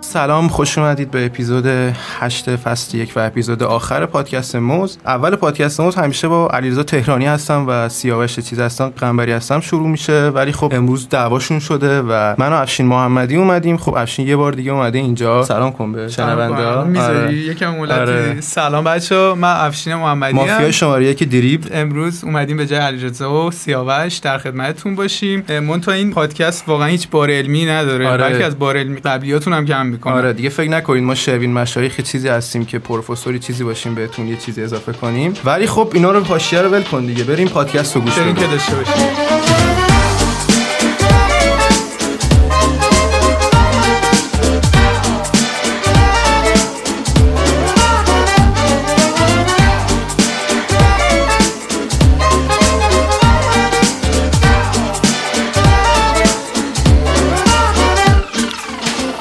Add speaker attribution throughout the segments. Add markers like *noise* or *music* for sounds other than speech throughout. Speaker 1: سلام خوش اومدید به اپیزود 8 فصل یک و اپیزود آخر پادکست موز اول پادکست موز همیشه با علیرضا تهرانی هستم و سیاوش چیز هستم قنبری هستم شروع میشه ولی خب امروز دعواشون شده و من و افشین محمدی اومدیم خب افشین یه بار دیگه اومده اینجا سلام کن به آره. شنونده
Speaker 2: میذاری یکم مولتی
Speaker 1: آره.
Speaker 2: سلام بچه من افشین محمدی
Speaker 1: مافیا شماره یک دریب
Speaker 2: امروز اومدیم به جای علیرضا و سیاوش در خدمتتون باشیم مون این پادکست واقعا هیچ بار علمی نداره
Speaker 1: آره.
Speaker 2: بلکه از بار علمی قبلیاتون هم کم میکنه
Speaker 1: آره دیگه فکر نکنید ما شوین مشایخ چیزی هستیم که پروفسوری چیزی باشیم بهتون یه چیزی اضافه کنیم ولی خب اینا رو پاشیه رو ول کن دیگه بریم پادکست رو گوش
Speaker 2: بریم که
Speaker 1: بدیم
Speaker 2: داشته باشیم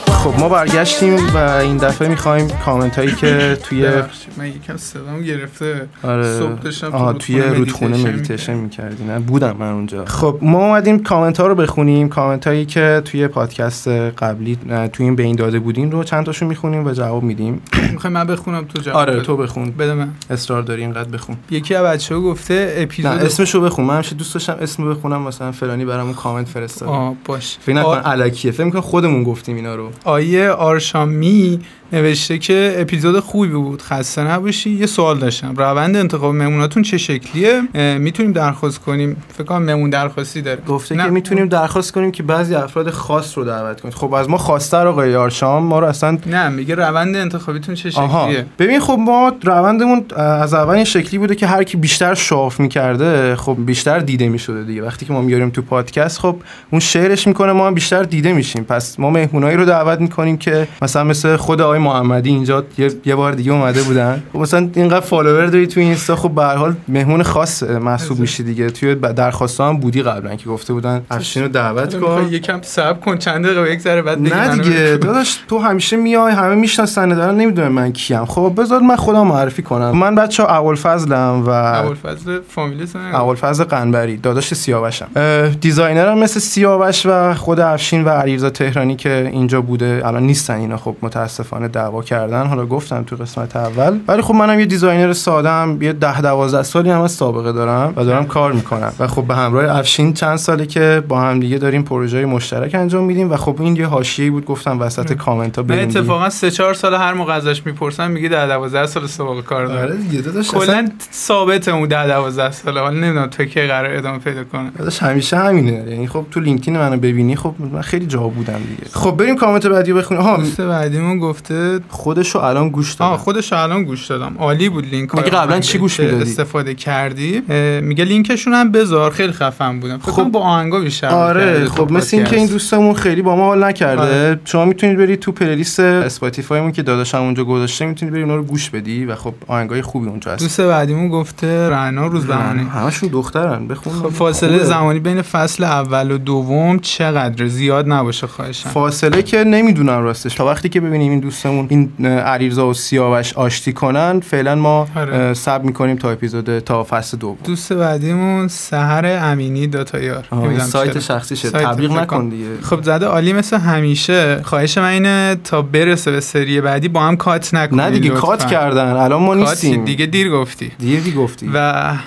Speaker 1: خب ما برگشتیم و این دفعه میخوایم کامنت هایی که توی
Speaker 2: ببخشید، من یکم صدام گرفته
Speaker 1: آره
Speaker 2: صبح داشتم تو
Speaker 1: آها،
Speaker 2: رودخونه
Speaker 1: توی رودخونه
Speaker 2: مدیتیشن
Speaker 1: مدیتیشن میکردی نه بودم من اونجا خب ما اومدیم کامنت ها رو بخونیم کامنت هایی که توی پادکست قبلی نه، توی این بین داده بودیم رو چند تاشو میخونیم و جواب میدیم
Speaker 2: میخوای من بخونم تو جواب
Speaker 1: آره
Speaker 2: بده.
Speaker 1: تو بخون
Speaker 2: بده من
Speaker 1: اصرار داری اینقدر بخون
Speaker 2: یکی از بچه‌ها گفته
Speaker 1: نه
Speaker 2: اپیزود
Speaker 1: اسمشو بخون من همیشه دوست داشتم اسم بخونم مثلا فلانی برامون کامنت فرستاد
Speaker 2: آه باش
Speaker 1: فکر نکن
Speaker 2: آ-
Speaker 1: علکیه فکر می‌کنم خودمون گفتیم اینا رو
Speaker 2: آیه آرشامی نوشته که اپیزود خوبی بود خسته نباشی یه سوال داشتم روند انتخاب مهموناتون چه شکلیه اه، میتونیم درخواست کنیم فکر کنم مهمون درخواستی داره
Speaker 1: گفته
Speaker 2: نه.
Speaker 1: که میتونیم درخواست کنیم که بعضی افراد خاص رو دعوت کنید خب از ما خواسته رو آقای آرشام ما رو اصلا
Speaker 2: نه میگه روند انتخابیتون چه
Speaker 1: آها
Speaker 2: شکلیه
Speaker 1: ببین خب ما روندمون اه، از اول این شکلی بوده که هر کی بیشتر شاف میکرده خب بیشتر دیده میشده دیگه وقتی که ما میاریم تو پادکست خب اون شعرش میکنه ما هم بیشتر دیده میشیم پس ما مهمونایی رو دعوت میکنیم که مثلا مثل خود آقای محمدی اینجا یه, یه بار دیگه اومده بودن خب مثلا اینقدر فالوور داری تو اینستا خب به هر حال مهمون خاص اه، محسوب میشی دیگه توی درخواستا هم بودی قبلا که گفته بودن افشین رو دعوت
Speaker 2: حالا
Speaker 1: کن
Speaker 2: می‌خوای یکم صبر کن چند دقیقه بگذره بعد بگی
Speaker 1: نه
Speaker 2: منو
Speaker 1: دیگه
Speaker 2: بگو.
Speaker 1: داداش تو همیشه میای همه میشناسن دارن نمیدونم من کیم خب بذار من خودم معرفی کنم من بچه اول فضلم و
Speaker 2: ابوالفضل فامیلیت
Speaker 1: اول فضل قنبری داداش سیاوشم اه، دیزاینرم مثل سیاوش و خود افشین و علیرضا تهرانی که اینجا بوده الان نیستن اینا خب متاسفانه دعوا کردن حالا گفتم تو قسمت اول ولی خب منم یه دیزاینر سادم یه ده دوازده سالی هم از سابقه دارم و دارم کار میکنم و خب به همراه افشین چند ساله که با هم دیگه داریم پروژه مشترک انجام میدیم و خب این یه حاشیه‌ای بود گفتم وسط کامنت ها
Speaker 2: من اتفاقا سه چهار سال هر موقع ازش میپرسم میگه در 12 سال سابقه کار داره
Speaker 1: آره دیگه داداش اصلا
Speaker 2: کلا ثابت اون در 12 ساله حالا نمیدونم تو کی قرار ادامه پیدا کنه
Speaker 1: داداش همیشه همینه یعنی خب تو لینکدین منو ببینی خب من خیلی جا بودم دیگه خب بریم کامنت بعدی رو بخونیم ها
Speaker 2: دوست بعدیمون گفته
Speaker 1: خودشو الان گوش
Speaker 2: آه
Speaker 1: دادم
Speaker 2: خودش الان گوش دادم عالی بود لینک
Speaker 1: میگه
Speaker 2: رو
Speaker 1: قبلا
Speaker 2: من
Speaker 1: چی گوش
Speaker 2: که
Speaker 1: میدادی؟
Speaker 2: استفاده کردی اه، میگه لینکشون هم بذار خیلی خفن بودم خب
Speaker 1: خب.
Speaker 2: با آهنگا بیشتر
Speaker 1: آره
Speaker 2: می‌کردی تو
Speaker 1: خب مثل اینکه این
Speaker 2: پادکست.
Speaker 1: دوستمون خیلی با ما حال نکرده
Speaker 2: آره.
Speaker 1: شما میتونید برید تو پلیلیست اسپاتیفایمون که داداشم اونجا گذاشته میتونید برید اونا رو گوش بدی و خب آهنگای خوبی اونجا هست
Speaker 2: دوست بعدیمون گفته رعنا روز زمانی
Speaker 1: همشون دخترن بخون
Speaker 2: خب فاصله
Speaker 1: خوبه.
Speaker 2: زمانی بین فصل اول و دوم چقدر زیاد نباشه خواهشم
Speaker 1: فاصله که نمیدونم راستش تا وقتی که ببینیم این دوستمون این اه، علیرضا و سیاوش آشتی کنن فعلا ما
Speaker 2: آره.
Speaker 1: اه، صبر میکنیم تا اپیزود تا فصل دوم
Speaker 2: دوست بعدیمون سهر امینی داتایار
Speaker 1: آه، این
Speaker 2: نمی‌دونم
Speaker 1: سایت
Speaker 2: چرا.
Speaker 1: شخصیشه
Speaker 2: سایت
Speaker 1: تبلیغ
Speaker 2: فکر
Speaker 1: نکن
Speaker 2: کن.
Speaker 1: دیگه
Speaker 2: خب زده عالی مثل همیشه خواهش من اینه تا برسه به سری بعدی با هم کات نکنید
Speaker 1: نه دیگه کات
Speaker 2: لطفاً.
Speaker 1: کردن الان ما
Speaker 2: کاتی
Speaker 1: نیستیم
Speaker 2: دیگه دیر گفتی
Speaker 1: دیگه گفتی
Speaker 2: و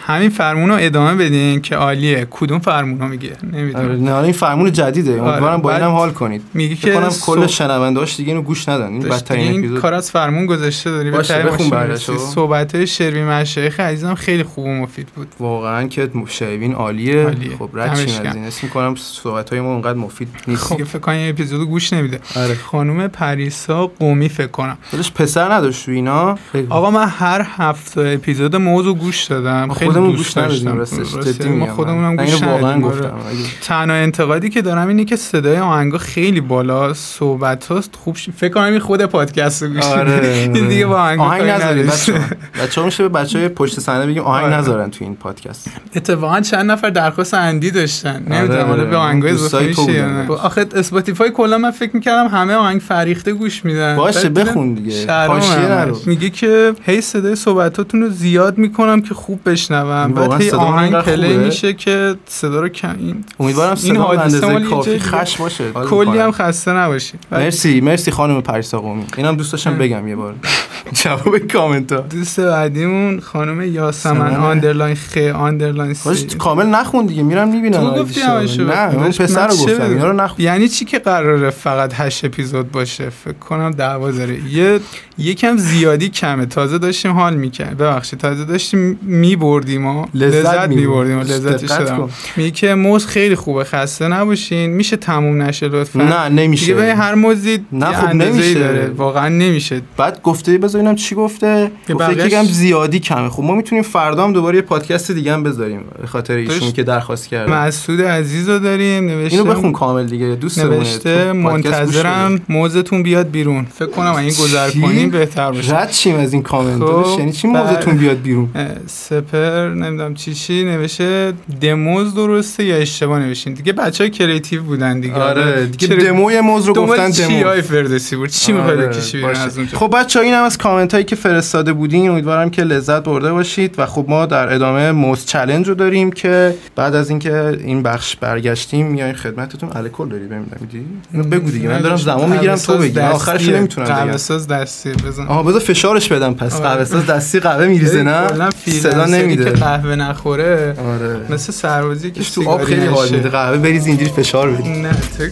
Speaker 2: همین فرمون رو ادامه بدین که عالیه کدوم فرمون رو میگه
Speaker 1: آره،
Speaker 2: نمیدونم
Speaker 1: نه حالا این فرمون جدیده
Speaker 2: آره،
Speaker 1: امیدوارم با
Speaker 2: بعد
Speaker 1: اینم حال کنید
Speaker 2: میگه
Speaker 1: فکر
Speaker 2: که
Speaker 1: کنم کل
Speaker 2: صح-
Speaker 1: شنوندهاش دیگه اینو گوش ندن این
Speaker 2: داشت دیگه
Speaker 1: بدترین
Speaker 2: این
Speaker 1: اپیزود
Speaker 2: کار از فرمون گذاشته داری
Speaker 1: باشه،
Speaker 2: بهترین
Speaker 1: بخون
Speaker 2: باشه
Speaker 1: برگشتو.
Speaker 2: می‌رسی. صحبت های شروی مشایخ عزیزم خیلی خوب و مفید بود
Speaker 1: واقعا که شیوین عالیه,
Speaker 2: عالیه.
Speaker 1: خب رد شیم
Speaker 2: دمش
Speaker 1: از
Speaker 2: گرم. خب.
Speaker 1: این اسم میکنم صحبت های ما اونقدر مفید نیست
Speaker 2: دیگه فکر کنم این اپیزودو گوش نمیده
Speaker 1: خب. آره.
Speaker 2: خانم پریسا قومی فکر کنم
Speaker 1: خودش پسر نداشت تو اینا خیلی-
Speaker 2: آقا من هر هفته اپیزود موضوع گوش دادم
Speaker 1: ما
Speaker 2: خیلی
Speaker 1: خودمون
Speaker 2: دوست
Speaker 1: گوش
Speaker 2: داشتم
Speaker 1: ندادیم راستش
Speaker 2: راستی،
Speaker 1: جدی
Speaker 2: ما
Speaker 1: میگم
Speaker 2: خودمونم
Speaker 1: من.
Speaker 2: گوش
Speaker 1: اینو واقعا
Speaker 2: ندادیم آره.
Speaker 1: گفتم اگه-
Speaker 2: *laughs* تنها انتقادی که دارم اینه که صدای آهنگا خیلی بالا صحبت هاست خوب ش- فکر کنم این خود پادکست رو گوش
Speaker 1: آره
Speaker 2: بدید. دیگه با آهنگ
Speaker 1: آهنگ
Speaker 2: کاری
Speaker 1: نذارید
Speaker 2: نداشت.
Speaker 1: بچه‌ها بچه‌ها میشه به بچه‌های پشت صحنه بگیم آهنگ
Speaker 2: آره.
Speaker 1: نذارن تو این پادکست
Speaker 2: اتفاقا چند نفر درخواست اندی داشتن
Speaker 1: آره،
Speaker 2: نمیدونم حالا
Speaker 1: آره.
Speaker 2: به آهنگای
Speaker 1: دوستای
Speaker 2: اضافه
Speaker 1: تو
Speaker 2: میشه یا
Speaker 1: بودن.
Speaker 2: نه. آخه اسپاتیفای کلا من فکر میکردم همه آهنگ فریخته گوش میدن
Speaker 1: باشه
Speaker 2: بعد دیدم
Speaker 1: بخون دیگه
Speaker 2: شرمم
Speaker 1: پاشیه
Speaker 2: همش.
Speaker 1: نرو
Speaker 2: میگه که هی صدای صحبتاتون رو زیاد میکنم که خوب بشنوم
Speaker 1: واقعا
Speaker 2: بعد هی
Speaker 1: صدا
Speaker 2: آهنگ
Speaker 1: اینقدر
Speaker 2: پلی
Speaker 1: خوبه؟
Speaker 2: میشه که صدا رو کم این
Speaker 1: امیدوارم
Speaker 2: این
Speaker 1: صدا به
Speaker 2: حادثه مال
Speaker 1: اندازه
Speaker 2: یه
Speaker 1: کافی
Speaker 2: جایی-
Speaker 1: خش باشه حال
Speaker 2: کلی
Speaker 1: می‌کنم.
Speaker 2: هم خسته نباشی
Speaker 1: مرسی مرسی خانم پریسا قومی اینم دوست
Speaker 2: آره.
Speaker 1: داشتم بگم یه
Speaker 2: *laughs*
Speaker 1: بار جواب کامنت ها
Speaker 2: دوست بعدیمون خانم یاسمن
Speaker 1: سمنه.
Speaker 2: آندرلاین خ آندرلاین سی.
Speaker 1: حاجی، کامل نخون دیگه میرم میبینم
Speaker 2: تو گفتی همشو
Speaker 1: نه
Speaker 2: بخون.
Speaker 1: اون پسر رو
Speaker 2: من چه
Speaker 1: گفتم
Speaker 2: بدونم؟
Speaker 1: اینا رو نخون
Speaker 2: یعنی چی که قراره فقط هشت اپیزود باشه فکر کنم دعوا داره یه یکم زیادی کمه تازه داشتیم حال میکرد ببخشید تازه داشتیم میبردیم ما
Speaker 1: لذت
Speaker 2: لذت
Speaker 1: می‌بردیم.
Speaker 2: میبردیم لذت
Speaker 1: دقت
Speaker 2: شدم
Speaker 1: کن.
Speaker 2: میگه که موز خیلی خوبه خسته نباشین میشه تموم نشه لطفا
Speaker 1: نه
Speaker 2: دیگه به
Speaker 1: نمیشه
Speaker 2: هر موزی
Speaker 1: نه،
Speaker 2: یه
Speaker 1: خب
Speaker 2: اندازه‌ای
Speaker 1: نمیشه.
Speaker 2: داره واقعا نمیشه
Speaker 1: بعد گفته بذارینم چی گفته
Speaker 2: که
Speaker 1: گفته
Speaker 2: بقیه‌ش-
Speaker 1: که یکم زیادی کمه خب ما میتونیم فردا هم دوباره یه پادکست دیگه هم بذاریم به خاطر ایشون
Speaker 2: داشت-
Speaker 1: که درخواست کرد
Speaker 2: مسعود عزیز رو داریم نوشته
Speaker 1: آره. اینو بخون کامل دیگه دوست
Speaker 2: نوشته منتظرم موزتون بیاد بیرون فکر کنم اگه گذر
Speaker 1: چی؟
Speaker 2: کنیم بهتر باشه
Speaker 1: رد شیم از این کامنت
Speaker 2: خب،
Speaker 1: داداش. یعنی چی
Speaker 2: بعد-
Speaker 1: موضوعتون بیاد بیرون
Speaker 2: اه، سپر نمیدونم چی چی نوشته دموز درسته یا اشتباه نوشتین دیگه بچه های کریتیو بودن دیگه
Speaker 1: آره دیگه
Speaker 2: چرا-
Speaker 1: دمو یه موز رو
Speaker 2: دنبال
Speaker 1: گفتن
Speaker 2: چی
Speaker 1: دمو
Speaker 2: های فردوسی بود چی
Speaker 1: آره،
Speaker 2: میخوای بکشی بیرون
Speaker 1: باشه.
Speaker 2: از اونجا
Speaker 1: خب بچه این هم از کامنت هایی که فرستاده بودین امیدوارم که لذت برده باشید و خب ما در ادامه موز چلنج رو داریم که بعد از اینکه این بخش برگشتیم میایم خدمتتون الکل داری بهم میدی اینو بگو دیگه من دارم زمان میگیرم تو بگی آخرش نمیتونم
Speaker 2: قهوه
Speaker 1: بگم
Speaker 2: ساز دستی بزن
Speaker 1: آها بذار فشارش بدم پس
Speaker 2: آره.
Speaker 1: قهوه ساز دستی قهوه میریزه
Speaker 2: کلاً
Speaker 1: نه صدا
Speaker 2: فریلنسری که
Speaker 1: نمیده
Speaker 2: قهوه نخوره
Speaker 1: آره
Speaker 2: مثل سربازی که
Speaker 1: تو آب
Speaker 2: سیگاری
Speaker 1: خیلی حال
Speaker 2: نشه.
Speaker 1: میده قهوه بریز اینجوری فشار بدی
Speaker 2: نه تو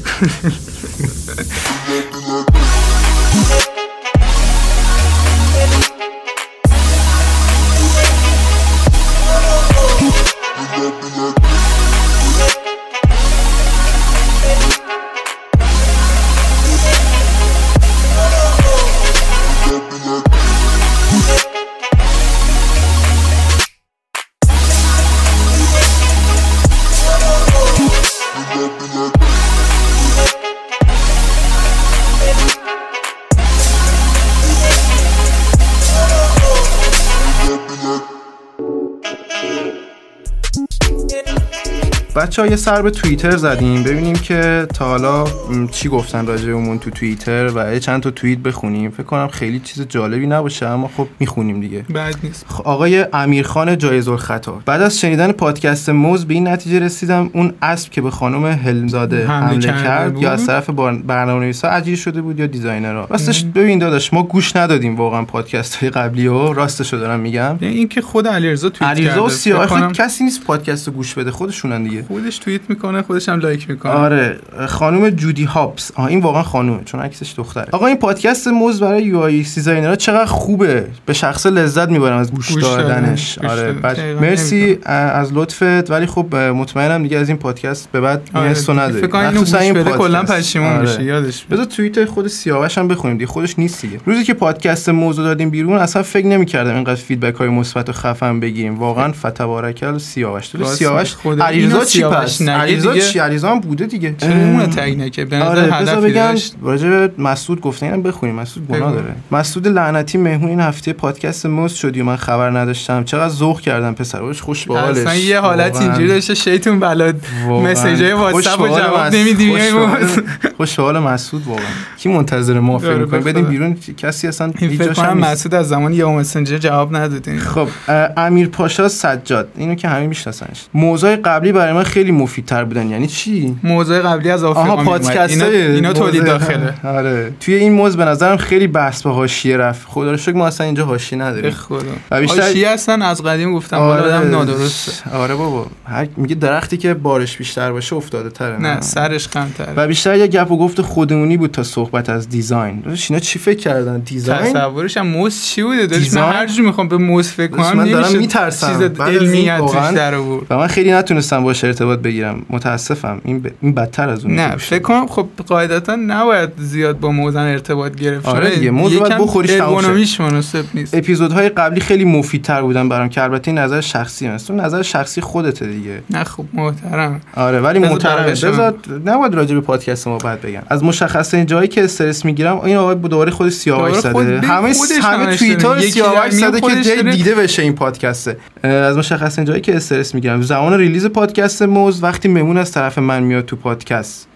Speaker 1: بچه ها یه سر به توییتر زدیم ببینیم که تا حالا م، چی گفتن راجعمون تو توییتر و یه چند تا توییت بخونیم فکر کنم خیلی چیز جالبی نباشه اما خب میخونیم دیگه
Speaker 2: *laughs* بد نیست
Speaker 1: خ- آقای امیرخان جایز الخطا بعد از شنیدن پادکست موز به این نتیجه رسیدم اون اسب که به خانم هلمزاده
Speaker 2: حمله
Speaker 1: حمله,
Speaker 2: کرده
Speaker 1: کرد
Speaker 2: بود؟
Speaker 1: یا از طرف برنامه نویسا عجیب شده بود یا دیزاینرها راستش ببین داداش ما گوش ندادیم واقعا پادکست های قبلی و راستش رو دارم میگم
Speaker 2: یعنی این که خود علیرضا توییت کرده
Speaker 1: علیرضا و سیاه
Speaker 2: فکر کنم
Speaker 1: خود کسی نیست پادکست رو گوش بده خودشونن دیگه
Speaker 2: خودش توییت میکنه خودش هم لایک میکنه
Speaker 1: آره خانم جودی هابس آها این واقعا خانومه چون عکسش دختره آقا این پادکست موز برای یو آی ایکس دیزاینرها چقدر خوبه به شخص لذت میبرم از گوش
Speaker 2: گوش دادن.
Speaker 1: دادنش
Speaker 2: گوش
Speaker 1: آره
Speaker 2: دادن.
Speaker 1: بچ-
Speaker 2: دقیقاً
Speaker 1: مرسی از لطفت ولی خب مطمئنم دیگه از این پادکست به بعد
Speaker 2: آره،
Speaker 1: نیستو نداری
Speaker 2: فکر کنم اینو گوش
Speaker 1: مخصوصاً این
Speaker 2: بده کلا
Speaker 1: پادکست.
Speaker 2: پشیمون
Speaker 1: آره.
Speaker 2: میشه یادش بیاد.
Speaker 1: بذار توییت خود سیاوش هم بخونیم دیگه خودش نیست دیگه روزی که پادکست موضوع دادیم بیرون اصلا فکر نمی‌کردم اینقدر فیدبک های مثبت و خفن بگیریم واقعا فتبارکل سیاوش تو
Speaker 2: راست
Speaker 1: سیاوش
Speaker 2: میگه. خدا.
Speaker 1: علیرضا
Speaker 2: اینو
Speaker 1: چی
Speaker 2: سیاوش
Speaker 1: پس
Speaker 2: نگه
Speaker 1: علیرضا
Speaker 2: دیگه.
Speaker 1: چی علیرضا هم بوده دیگه
Speaker 2: چرا اون تگ نکرد به نظر
Speaker 1: آره بذار
Speaker 2: هدفی
Speaker 1: بگم
Speaker 2: داشت
Speaker 1: راجع به مسعود گفته اینم بخونیم مسعود گناه
Speaker 2: بگو.
Speaker 1: داره مسعود لعنتی مهمون این هفته پادکست موز شدی و من خبر نداشتم چقدر ذوق کردم پسر باش خوش باحالش
Speaker 2: اصلا یه حالت
Speaker 1: واقعاً.
Speaker 2: اینجوری داشته شیطون بلاد
Speaker 1: واقعاً.
Speaker 2: مسیجای واتساپ رو
Speaker 1: خوش به
Speaker 2: جواب یعنی
Speaker 1: حال مس-
Speaker 2: نمیدی،
Speaker 1: خوش
Speaker 2: میای
Speaker 1: به حال-
Speaker 2: واسه.
Speaker 1: خوش به حال مسعود واقعا کی منتظر ما فکر
Speaker 2: آره،
Speaker 1: می‌کنه
Speaker 2: به
Speaker 1: بدیم
Speaker 2: خدا.
Speaker 1: بیرون کسی اصلا هیچ
Speaker 2: فکر
Speaker 1: جاش هم
Speaker 2: کنم
Speaker 1: نیست.
Speaker 2: مسعود از زمان یا مسنجر جواب ندادین
Speaker 1: خب اه، امیر پاشا سجاد اینو که همه میشناسنش موضوع قبلی برای من خیلی مفیدتر بودن یعنی چی
Speaker 2: موضوع قبلی از آفریقا
Speaker 1: آها
Speaker 2: میومد.
Speaker 1: پادکست
Speaker 2: اینا, اینا تولید داخله
Speaker 1: آره توی این موز به نظرم خیلی بحث به حاشیه رفت خدا رو شکر ما اصلا اینجا حاشیه
Speaker 2: به
Speaker 1: نداریم
Speaker 2: خدا
Speaker 1: و بیشتر-
Speaker 2: آشی هستن از قدیم گفتم حالا آدم نادرسته
Speaker 1: آره بابا هر... میگه درختی که بارش بیشتر باشه افتاده تره
Speaker 2: نه سرش خمتره
Speaker 1: و بیشتر یه گپ و گفت خودمونی بود تا صحبت از دیزاین داداش اینا چی فکر کردن دیزاین
Speaker 2: تصورش هم موز چی بوده داداش
Speaker 1: دیزاین؟
Speaker 2: من هر جور میخوام به موز فکر
Speaker 1: داداش
Speaker 2: کنم
Speaker 1: من دارم
Speaker 2: نمیشه
Speaker 1: می‌ترسم.
Speaker 2: چیز
Speaker 1: بعد از این
Speaker 2: علمیت توش
Speaker 1: واقعاً
Speaker 2: در آورد
Speaker 1: و من خیلی نتونستم با ارتباط بگیرم متاسفم این, ب... این بدتر از اون
Speaker 2: نه فکر کنم خب قاعدتا نباید زیاد با موزن ارتباط گرفت
Speaker 1: آره دیگه، موضوع باید بخوریش تموم شه.
Speaker 2: ارگونومیش مناسب نیست
Speaker 1: اپیزودهای قبلی خیلی مفیدتر بودن برام که البته این نظر شخصی است اون نظر شخصی خودته دیگه
Speaker 2: نه خب محترم
Speaker 1: آره ولی
Speaker 2: بذار
Speaker 1: محترمه
Speaker 2: برگشم.
Speaker 1: بذار نباید راجع به پادکست ما بعد بگم از مشخصه جایی که استرس میگیرم این آقای دوباره خود سیاوش
Speaker 2: دوباره خود-
Speaker 1: زده
Speaker 2: ببین
Speaker 1: همه
Speaker 2: خودش
Speaker 1: همه
Speaker 2: همش
Speaker 1: توییتر
Speaker 2: داره. یکی
Speaker 1: سیاوش
Speaker 2: داره، میگه
Speaker 1: زده که
Speaker 2: خودش
Speaker 1: جای
Speaker 2: داره.
Speaker 1: دیده بشه این پادکسته اه، از مشخصه جایی که استرس میگیرم زمان ریلیز پادکست موز وقتی مهمون از طرف من میاد تو پادکست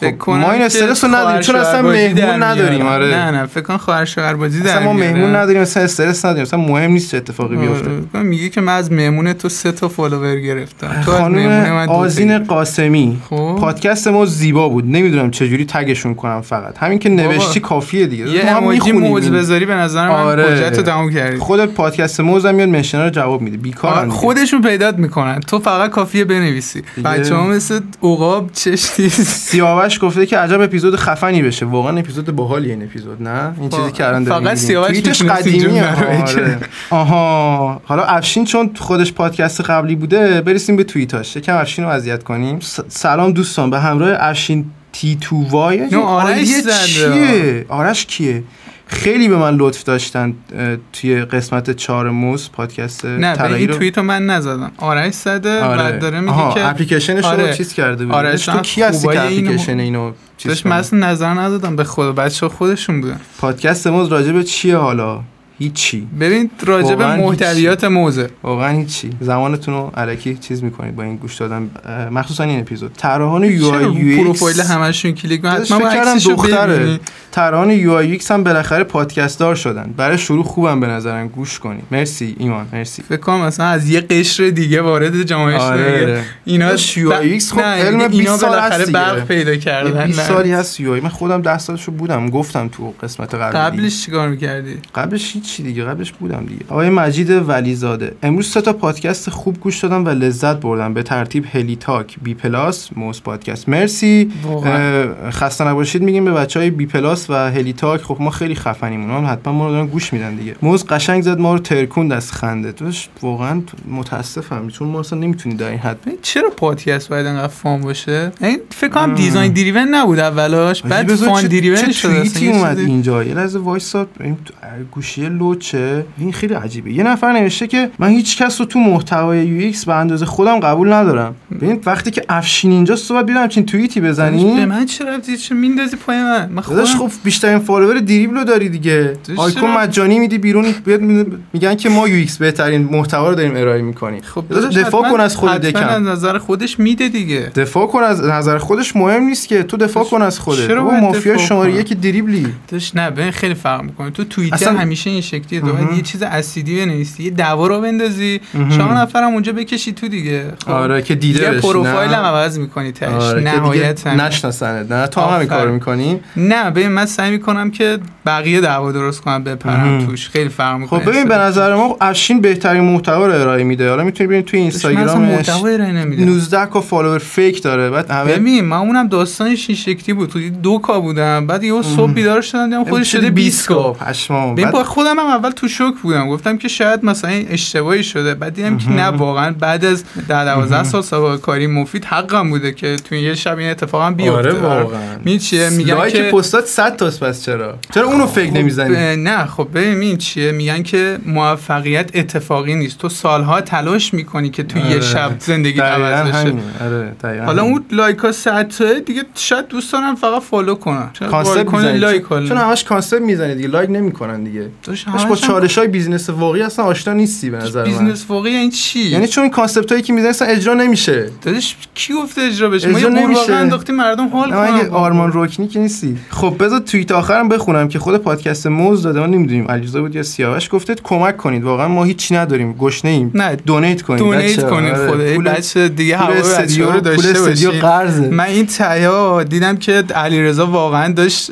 Speaker 2: فکر
Speaker 1: خب،
Speaker 2: کنم
Speaker 1: ما این
Speaker 2: که
Speaker 1: استرس رو نداریم، چون اصلا
Speaker 2: خواهرشوهربازی
Speaker 1: مهمون
Speaker 2: در میارن.
Speaker 1: نداریم، آره.
Speaker 2: نه نه فکر کنم خواهر شوهر بازی در
Speaker 1: اصلا ما
Speaker 2: میارن.
Speaker 1: مهمون نداریم اصلا استرس نداریم اصلا مهم نیست چه اتفاقی بیفته
Speaker 2: آره، فکر کنم میگه که من از مهمون تو سه تا فالوور گرفتم تو از مهمون
Speaker 1: خانم
Speaker 2: من دو تا
Speaker 1: آزین
Speaker 2: گرفتی.
Speaker 1: قاسمی
Speaker 2: خب.
Speaker 1: پادکست ما زیبا بود نمیدونم چجوری تگشون کنم فقط همین که نوشتی کافیه دیگه
Speaker 2: یه
Speaker 1: ما هم
Speaker 2: اماجی
Speaker 1: می‌خونیم
Speaker 2: موز
Speaker 1: این.
Speaker 2: بذاری به نظر من
Speaker 1: آره.
Speaker 2: حجت رو تموم کردی
Speaker 1: خودت پادکست موز هم میاد منشنا رو جواب میده بیکار
Speaker 2: آره، خودشون پیدات میکنن تو فقط کافیه بنویسی
Speaker 1: دیگه.
Speaker 2: بچه ها مثل اقاب چشتی
Speaker 1: *laughs* سیاوش گفته که عجب اپیزود خفنی بشه واقعا اپیزود باحالیه این اپیزود نه این چیزی
Speaker 2: واقعا.
Speaker 1: که الان داریم
Speaker 2: خب، فقط
Speaker 1: می‌بینیم.
Speaker 2: سیاوش
Speaker 1: توییتش
Speaker 2: می‌تونست این
Speaker 1: قدیمیه
Speaker 2: جمله رو بگه.
Speaker 1: آره. آها حالا افشین چون خودش پادکست قبلی بوده برسیم به توییتاش یکم افشین رو اذیت کنیم س- سلام دوستان به همراه افشین تی تو وای
Speaker 2: نه، آرش
Speaker 1: آیدی
Speaker 2: زده.
Speaker 1: چیه آرش کیه خیلی به من لطف داشتن اه، توی قسمت چهار موز پادکست
Speaker 2: نه به
Speaker 1: طلایی
Speaker 2: این
Speaker 1: رو
Speaker 2: توییت رو من نزدم آرش زده و داره میگه
Speaker 1: آره. آها،
Speaker 2: که
Speaker 1: اپلیکیشنش رو
Speaker 2: آره.
Speaker 1: چیز کرده بود
Speaker 2: آره،
Speaker 1: آره تو
Speaker 2: اصلا
Speaker 1: کی هستی
Speaker 2: خوبای
Speaker 1: که
Speaker 2: اینو-
Speaker 1: اپلیکیشن اینو چیز
Speaker 2: داشت
Speaker 1: کنه؟
Speaker 2: من اصلا نظر ندادم به خود بچه خودشون بودن
Speaker 1: پادکست موز راجب چیه حالا هیچی
Speaker 2: ببین راجع به
Speaker 1: واقعا
Speaker 2: محتویات موزه
Speaker 1: واقعا هیچی زمانتون رو علکی چیز میکنید با این گوش دادن اه، مخصوصا این اپیزود طراحان یو
Speaker 2: چرا
Speaker 1: آی
Speaker 2: رو
Speaker 1: یو
Speaker 2: پروفایل همشون کلیک کن
Speaker 1: داداش،
Speaker 2: حتما
Speaker 1: فکر
Speaker 2: باید
Speaker 1: کردم
Speaker 2: عکسشو
Speaker 1: دختره.
Speaker 2: ببینی.
Speaker 1: طراحان یو آی ایکس هم بالاخره پادکست دار شدن برای شروع خوبم به نظرم گوش کنید مرسی ایمان مرسی
Speaker 2: فکر کنم مثلا از یه قشر دیگه وارد جامعه شده دیگه.
Speaker 1: آره
Speaker 2: اینا
Speaker 1: داداش، UIX خب
Speaker 2: نه،
Speaker 1: علم
Speaker 2: اینا
Speaker 1: 20 سال
Speaker 2: بالاخره
Speaker 1: هست دیگه.
Speaker 2: برق پیدا
Speaker 1: یه
Speaker 2: کردن
Speaker 1: 20
Speaker 2: آره، نه.
Speaker 1: سالی هست یو آی من خودم 10 سالشو بودم گفتم تو قسمت قبلی
Speaker 2: قبلش چیکار میکردی
Speaker 1: قبلش هیچی دیگه قبلش بودم دیگه آقای مجید ولیزاده امروز سه تا پادکست خوب گوش دادم و لذت بردم به ترتیب هلی تاک بی پلاس موس پادکست مرسی
Speaker 2: واقعا
Speaker 1: اه، خسته نباشید میگیم به بچه های بی پلاس و هلی تاک خب ما خیلی خفنیم اونا هم حتما ما رو دارن گوش میدن دیگه موز قشنگ زد ما رو ترکوند از خنده توش واقعا متاسفم چون ما اصلا نمیتونیم در این حد بریم.
Speaker 2: چرا پادکست باید انقدر فان باشه این فکر کنم
Speaker 1: آه.
Speaker 2: دیزاین دریون نبود اولاش بعد
Speaker 1: بذار
Speaker 2: فان
Speaker 1: چه-
Speaker 2: دریون
Speaker 1: چه
Speaker 2: شده اصلا
Speaker 1: توییتی
Speaker 2: یه
Speaker 1: اومد
Speaker 2: چیزی-
Speaker 1: اینجا یه لحظه وایسا این تو- گوشی لوچه این خیلی عجیبه یه نفر نوشته که من هیچ کس رو تو محتوای یو ایکس به اندازه خودم قبول ندارم ببین وقتی که افشین اینجاست تو باید بیرم چین توییتی
Speaker 2: به
Speaker 1: بزنی
Speaker 2: من چه رفتی چه میندازی پای من من خودم
Speaker 1: یعنی- داداش خب بیشترین فالوور دریبل رو داری دیگه
Speaker 2: داداش
Speaker 1: آیکون
Speaker 2: چرا؟
Speaker 1: مجانی میدی بیرون بیاد می- میگن که ما یو ایکس بهترین محتوا رو داریم ارائه میکنیم
Speaker 2: خب
Speaker 1: داداش
Speaker 2: داداش
Speaker 1: دفاع
Speaker 2: حتما-
Speaker 1: کن از خودت
Speaker 2: حتما از
Speaker 1: یکم
Speaker 2: نظر خودش میده دیگه
Speaker 1: دفاع کن از نظر خودش مهم نیست که تو دفاع
Speaker 2: داداش
Speaker 1: کن از خودت
Speaker 2: چرا
Speaker 1: تو
Speaker 2: باید
Speaker 1: مافیا
Speaker 2: دفاع
Speaker 1: شماره
Speaker 2: کنم؟
Speaker 1: یک دریبلی
Speaker 2: داداش نه ببین خیلی فرق میکنه تو توییتر
Speaker 1: اصلا-
Speaker 2: همیشه این شکلیه تو
Speaker 1: مهم.
Speaker 2: باید یه چیز اسیدی بنویسی یه دعوا رو بندازی
Speaker 1: مهم.
Speaker 2: چهار نفرم اونجا بکشی تو دیگه خب
Speaker 1: آره که دیده
Speaker 2: یه
Speaker 1: بشی،
Speaker 2: پروفایل
Speaker 1: نه.
Speaker 2: هم عوض میکنی تش
Speaker 1: آره، که دیگه
Speaker 2: نهایتا
Speaker 1: نشناسنت نه تو هم همین
Speaker 2: آفرین.
Speaker 1: کارو میکنی
Speaker 2: نه ببین من سعی میکنم که بقیه دعوا درست کنم
Speaker 1: مهم.
Speaker 2: بپرم توش خیلی فرق میکنه
Speaker 1: خب ببین به نظر ما افشین بهترین محتوا رو ارائه میده حالا میتونی ببینید توی اینستاگرامش
Speaker 2: اینستاگرامش
Speaker 1: 19 کا فالوور فیک داره بعد همه
Speaker 2: ببین من اونم داستانش این شکلی بود تو دو کا بودم بعد یهو صبح
Speaker 1: مهم.
Speaker 2: بیدار شدم دیدم خودش شده 20 کا
Speaker 1: پشمام
Speaker 2: ببین
Speaker 1: بعد
Speaker 2: با خودم هم اول تو شوک بودم گفتم که شاید مثلا این اشتباهی شده بعد دیدم که نه واقعا بعد از در 12 سال سابقه کاری مفید حقم بوده که تو یه شب این اتفاقا بیفته
Speaker 1: آره واقعا
Speaker 2: می چیه میگن
Speaker 1: لایک
Speaker 2: که
Speaker 1: پستات 100 تاست پس چرا چرا اونو فیک
Speaker 2: خب،
Speaker 1: نمیزنی
Speaker 2: اه، نه خب ببین این چیه میگن که موفقیت اتفاقی نیست تو سالها تلاش میکنی که تو
Speaker 1: آره.
Speaker 2: یه شب زندگی
Speaker 1: دقیقاً
Speaker 2: عوض بشه
Speaker 1: همینه آره دقیقاً
Speaker 2: حالا
Speaker 1: همینه.
Speaker 2: اون لایک ها صد تاه، دیگه شاید دوستانم فقط فالو کنن شاید
Speaker 1: کانسپت
Speaker 2: بالکن
Speaker 1: میزنی
Speaker 2: لایک
Speaker 1: چون- چون همش کانسپت میزنی دیگه لایک نمیکنن دیگه داش با چالش های بیزینس واقعی اصلا آشنا نیستی به نظر من
Speaker 2: بیزنس واقعی این چی
Speaker 1: یعنی چون کانسپت هایی که میزنی اصلا اجرا نمیشه
Speaker 2: دادش کی گفته اجرا بشه ما
Speaker 1: اجرا
Speaker 2: یه
Speaker 1: نمیشه.
Speaker 2: قورباغه انداختیم مردم حال
Speaker 1: نه من
Speaker 2: کنن
Speaker 1: اگه آرمان روکنی که نیستی خب بذار توییت آخرم بخونم که خود پادکست موز داده ما نمیدونیم علیرضا بود یا سیاوش گفته کمک کنید واقعا ما هیچی نداریم گشنه ایم
Speaker 2: نه
Speaker 1: دونیت کنید
Speaker 2: دونیت
Speaker 1: بچه‌ها.
Speaker 2: کنید
Speaker 1: آره.
Speaker 2: خود ای
Speaker 1: پول
Speaker 2: بچه دیگه
Speaker 1: پول
Speaker 2: هوا
Speaker 1: استودیو
Speaker 2: بچه‌ها
Speaker 1: پول
Speaker 2: رو داشته
Speaker 1: استودیو
Speaker 2: باشید
Speaker 1: قرضه
Speaker 2: من این تهیا دیدم که علیرضا واقعا داشت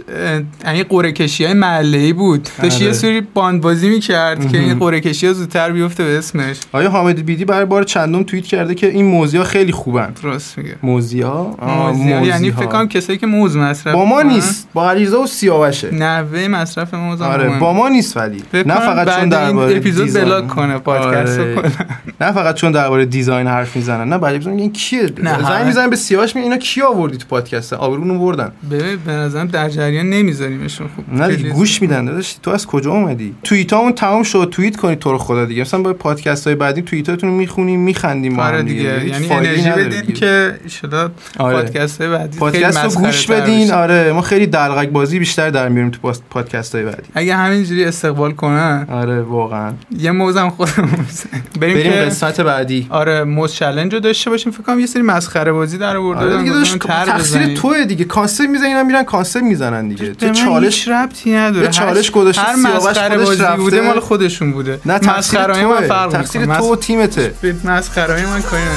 Speaker 2: اه، یعنی قرعه کشی های محله ای بود داشت
Speaker 1: آره.
Speaker 2: یه سری باندبازی میکرد که این قرعه کشی ها زودتر بیفته به اسمش
Speaker 1: آیا حامد بیدی برای بار چندم توییت کرده که این موزیا خیلی خوبن
Speaker 2: درست میگه
Speaker 1: موزیا آه،
Speaker 2: موزی ها. یعنی
Speaker 1: موزی‌ها.
Speaker 2: فکر کنم کسایی که موز مصرف
Speaker 1: با ما
Speaker 2: می‌کنن.
Speaker 1: نیست با علیرضا علیرضا و سیاوشه
Speaker 2: نحوه مصرف ما زمان
Speaker 1: آره
Speaker 2: مهمه.
Speaker 1: با ما نیست ولی
Speaker 2: فکر
Speaker 1: نه
Speaker 2: کنم
Speaker 1: فقط
Speaker 2: بعد
Speaker 1: چون درباره
Speaker 2: این اپیزود
Speaker 1: دیزاین.
Speaker 2: بلاک کنه پادکست
Speaker 1: آره.
Speaker 2: رو کنه.
Speaker 1: *laughs* نه فقط چون درباره دیزاین حرف میزنن نه بعد میگن کیه
Speaker 2: نه،
Speaker 1: زنگ
Speaker 2: همه.
Speaker 1: میزنن به سیاوش میگن اینا کی آوردی تو پادکست آبرونو بردن
Speaker 2: ببین به نظرم در جریان نمیذاریمشون خوب
Speaker 1: نه دیگه
Speaker 2: خیلی-
Speaker 1: گوش میدن داداش تو از کجا اومدی توییت اون تمام شد توییت کنید تو رو خدا دیگه مثلا با پادکست های بعدی توییتاتون رو میخونیم میخندیم با
Speaker 2: آره
Speaker 1: هم دیگه,
Speaker 2: دیگه
Speaker 1: هیچ
Speaker 2: یعنی
Speaker 1: فایده‌ای
Speaker 2: انرژی
Speaker 1: نداره
Speaker 2: بدین
Speaker 1: دیگه.
Speaker 2: که ایشالا
Speaker 1: آره.
Speaker 2: پادکست های بعدی
Speaker 1: پادکست
Speaker 2: خیلی
Speaker 1: رو گوش
Speaker 2: مسخره‌تر
Speaker 1: بدین
Speaker 2: بشه.
Speaker 1: آره ما خیلی دلغک بازی بیشتر در میاریم تو پاس- پادکست های بعدی
Speaker 2: اگه همینجوری استقبال کنن
Speaker 1: آره واقعا
Speaker 2: یه موزم خودمون بزنیم. بریم,
Speaker 1: بریم
Speaker 2: که
Speaker 1: قسمت بعدی
Speaker 2: آره موز چلنج رو داشته باشیم فکر کنم یه سری مسخره بازی در آورده
Speaker 1: آره
Speaker 2: بودن.
Speaker 1: دیگه
Speaker 2: گفتم
Speaker 1: داداش
Speaker 2: تر
Speaker 1: تقصیر
Speaker 2: بزنیم.
Speaker 1: توه دیگه کانسپت میزنن میرن کانسپت میزنن دیگه
Speaker 2: به
Speaker 1: چه
Speaker 2: من
Speaker 1: چالش
Speaker 2: هیچ ربطی نداره
Speaker 1: به چالش گذاشتی،
Speaker 2: هر
Speaker 1: سیاوش
Speaker 2: مسخره
Speaker 1: خودش
Speaker 2: بازی
Speaker 1: رفته.
Speaker 2: بوده مال خودشون بوده
Speaker 1: نه تقصیر
Speaker 2: مسخره‌های من
Speaker 1: توه
Speaker 2: فرق
Speaker 1: تقصیر
Speaker 2: می‌کنه.
Speaker 1: تو و تیمته
Speaker 2: مس- مسخره‌های من کاری نداره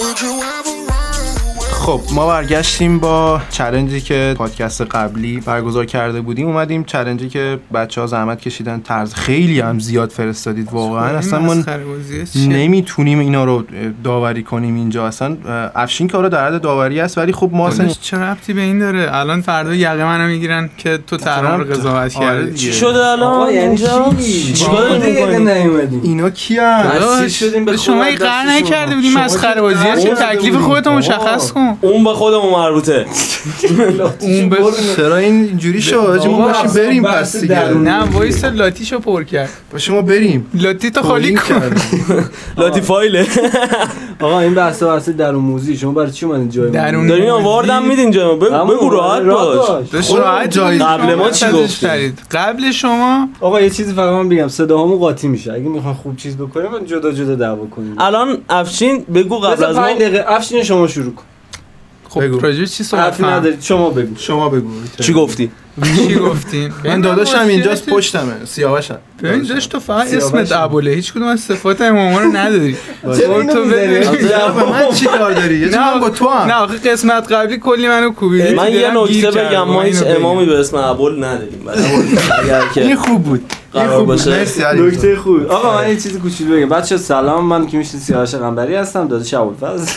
Speaker 3: Would you ever run away?
Speaker 1: خب ما برگشتیم با چلنجی که پادکست قبلی برگزار کرده بودیم اومدیم چلنجی که بچه ها زحمت کشیدن طرز خیلی هم زیاد فرستادید واقعا
Speaker 2: خب، این
Speaker 1: اصلا ما
Speaker 2: مسخره بازیه چیه؟
Speaker 1: نمیتونیم اینا رو داوری کنیم اینجا اصلا افشین که حالا در حد داوری است ولی خب ما اصلا
Speaker 2: دانش چه ربطی به این داره الان فردا یقه منو میگیرن که تو تهران رو قضاوت
Speaker 1: آره
Speaker 2: کردی
Speaker 1: دیگه.
Speaker 4: چی شده الان
Speaker 5: آقا یعنی
Speaker 4: اینجا
Speaker 5: چی؟
Speaker 4: چیکار
Speaker 5: چهار دقیقه
Speaker 4: می‌کنی
Speaker 5: نیومدی
Speaker 1: اینا کیان
Speaker 5: داداش،
Speaker 2: داداش،
Speaker 5: شدیم به
Speaker 2: به شما این
Speaker 5: خدا
Speaker 2: قرار
Speaker 5: دست شما.
Speaker 2: نکرده بودی
Speaker 5: شما
Speaker 2: مسخره
Speaker 5: که
Speaker 2: بازی
Speaker 5: قرار
Speaker 2: چه
Speaker 5: کرده
Speaker 2: تکلیف
Speaker 5: بودی.
Speaker 2: خودتو
Speaker 5: آقا.
Speaker 2: مشخص کن
Speaker 4: اون به خودمون مربوطه
Speaker 1: اون به چرا این اینجوری شد آجی، ما
Speaker 5: بابا،
Speaker 1: باشیم
Speaker 5: اصلا
Speaker 1: بریم
Speaker 5: بحث
Speaker 1: پس دیگه
Speaker 5: درونی.
Speaker 2: نه وایس لاتیشو پر کرد
Speaker 1: باشه ما بریم
Speaker 2: لاتی تو خالی
Speaker 1: تولید
Speaker 2: کن
Speaker 1: کردیم.
Speaker 4: لاتی فایله
Speaker 5: آقا این بحث بحث درون موزی شما برای چی من جای من؟
Speaker 2: درون
Speaker 4: داریم آواردم میدین جا
Speaker 5: اما
Speaker 4: بگو راحت باش
Speaker 5: خب،
Speaker 2: داداش،
Speaker 1: خودمون
Speaker 2: راحت
Speaker 1: خب، جایی.
Speaker 2: شما
Speaker 4: قبل ما چی
Speaker 2: ازش
Speaker 4: گفتی؟
Speaker 2: خرید. قبل شما
Speaker 5: آقا یه چیزی فقط من بگم صداهامون قاطی میشه اگه میخوان خوب چیز بکنیم من جدا جدا دعوا کنیم
Speaker 4: الان افشین بگو قبل
Speaker 5: بذار
Speaker 4: از ما
Speaker 5: پنج دقیقه افشین شما شروع کن
Speaker 2: خب
Speaker 1: بگو.
Speaker 2: راجع به چی صحبت
Speaker 5: حرفی
Speaker 2: کنم
Speaker 5: ندارید شما بگو
Speaker 1: شما بگو
Speaker 4: چی گفتی
Speaker 2: چی
Speaker 1: *laughs*
Speaker 2: گفتیم
Speaker 1: من داداشم
Speaker 2: بازی
Speaker 1: اینجاست
Speaker 2: رسید.
Speaker 1: پشتمه سیاوشم
Speaker 2: ببین داشت تو فقط
Speaker 5: سیاوش
Speaker 2: اسمت
Speaker 5: هم.
Speaker 2: ابوله هیچ کدوم از صفات اماما رو نداری
Speaker 5: چرا اینو
Speaker 2: تو
Speaker 5: می‌زنی؟
Speaker 2: ببین.
Speaker 5: آخه
Speaker 1: به من چی کار داری یه چی
Speaker 2: نه،
Speaker 1: من با تو
Speaker 2: نه
Speaker 1: هم
Speaker 2: آخه قسمت قبلی کلی منو کوبیدی
Speaker 4: من
Speaker 2: تو
Speaker 4: یه
Speaker 2: دلم گیر
Speaker 4: نکته
Speaker 2: کرد.
Speaker 4: بگم ما
Speaker 2: اینو
Speaker 4: هیچ
Speaker 2: بگم.
Speaker 4: امامی به اسم ابول نداریم برای اگر
Speaker 1: این
Speaker 4: که
Speaker 1: خوب بود این
Speaker 4: قرار
Speaker 1: خوب بود
Speaker 4: باشه.
Speaker 1: مرسی علی
Speaker 5: نکته خوب آقا من یه چیز کوچولو بگم بچه سلام من که میشه سیاوش قنبری هستم داده شب الفضل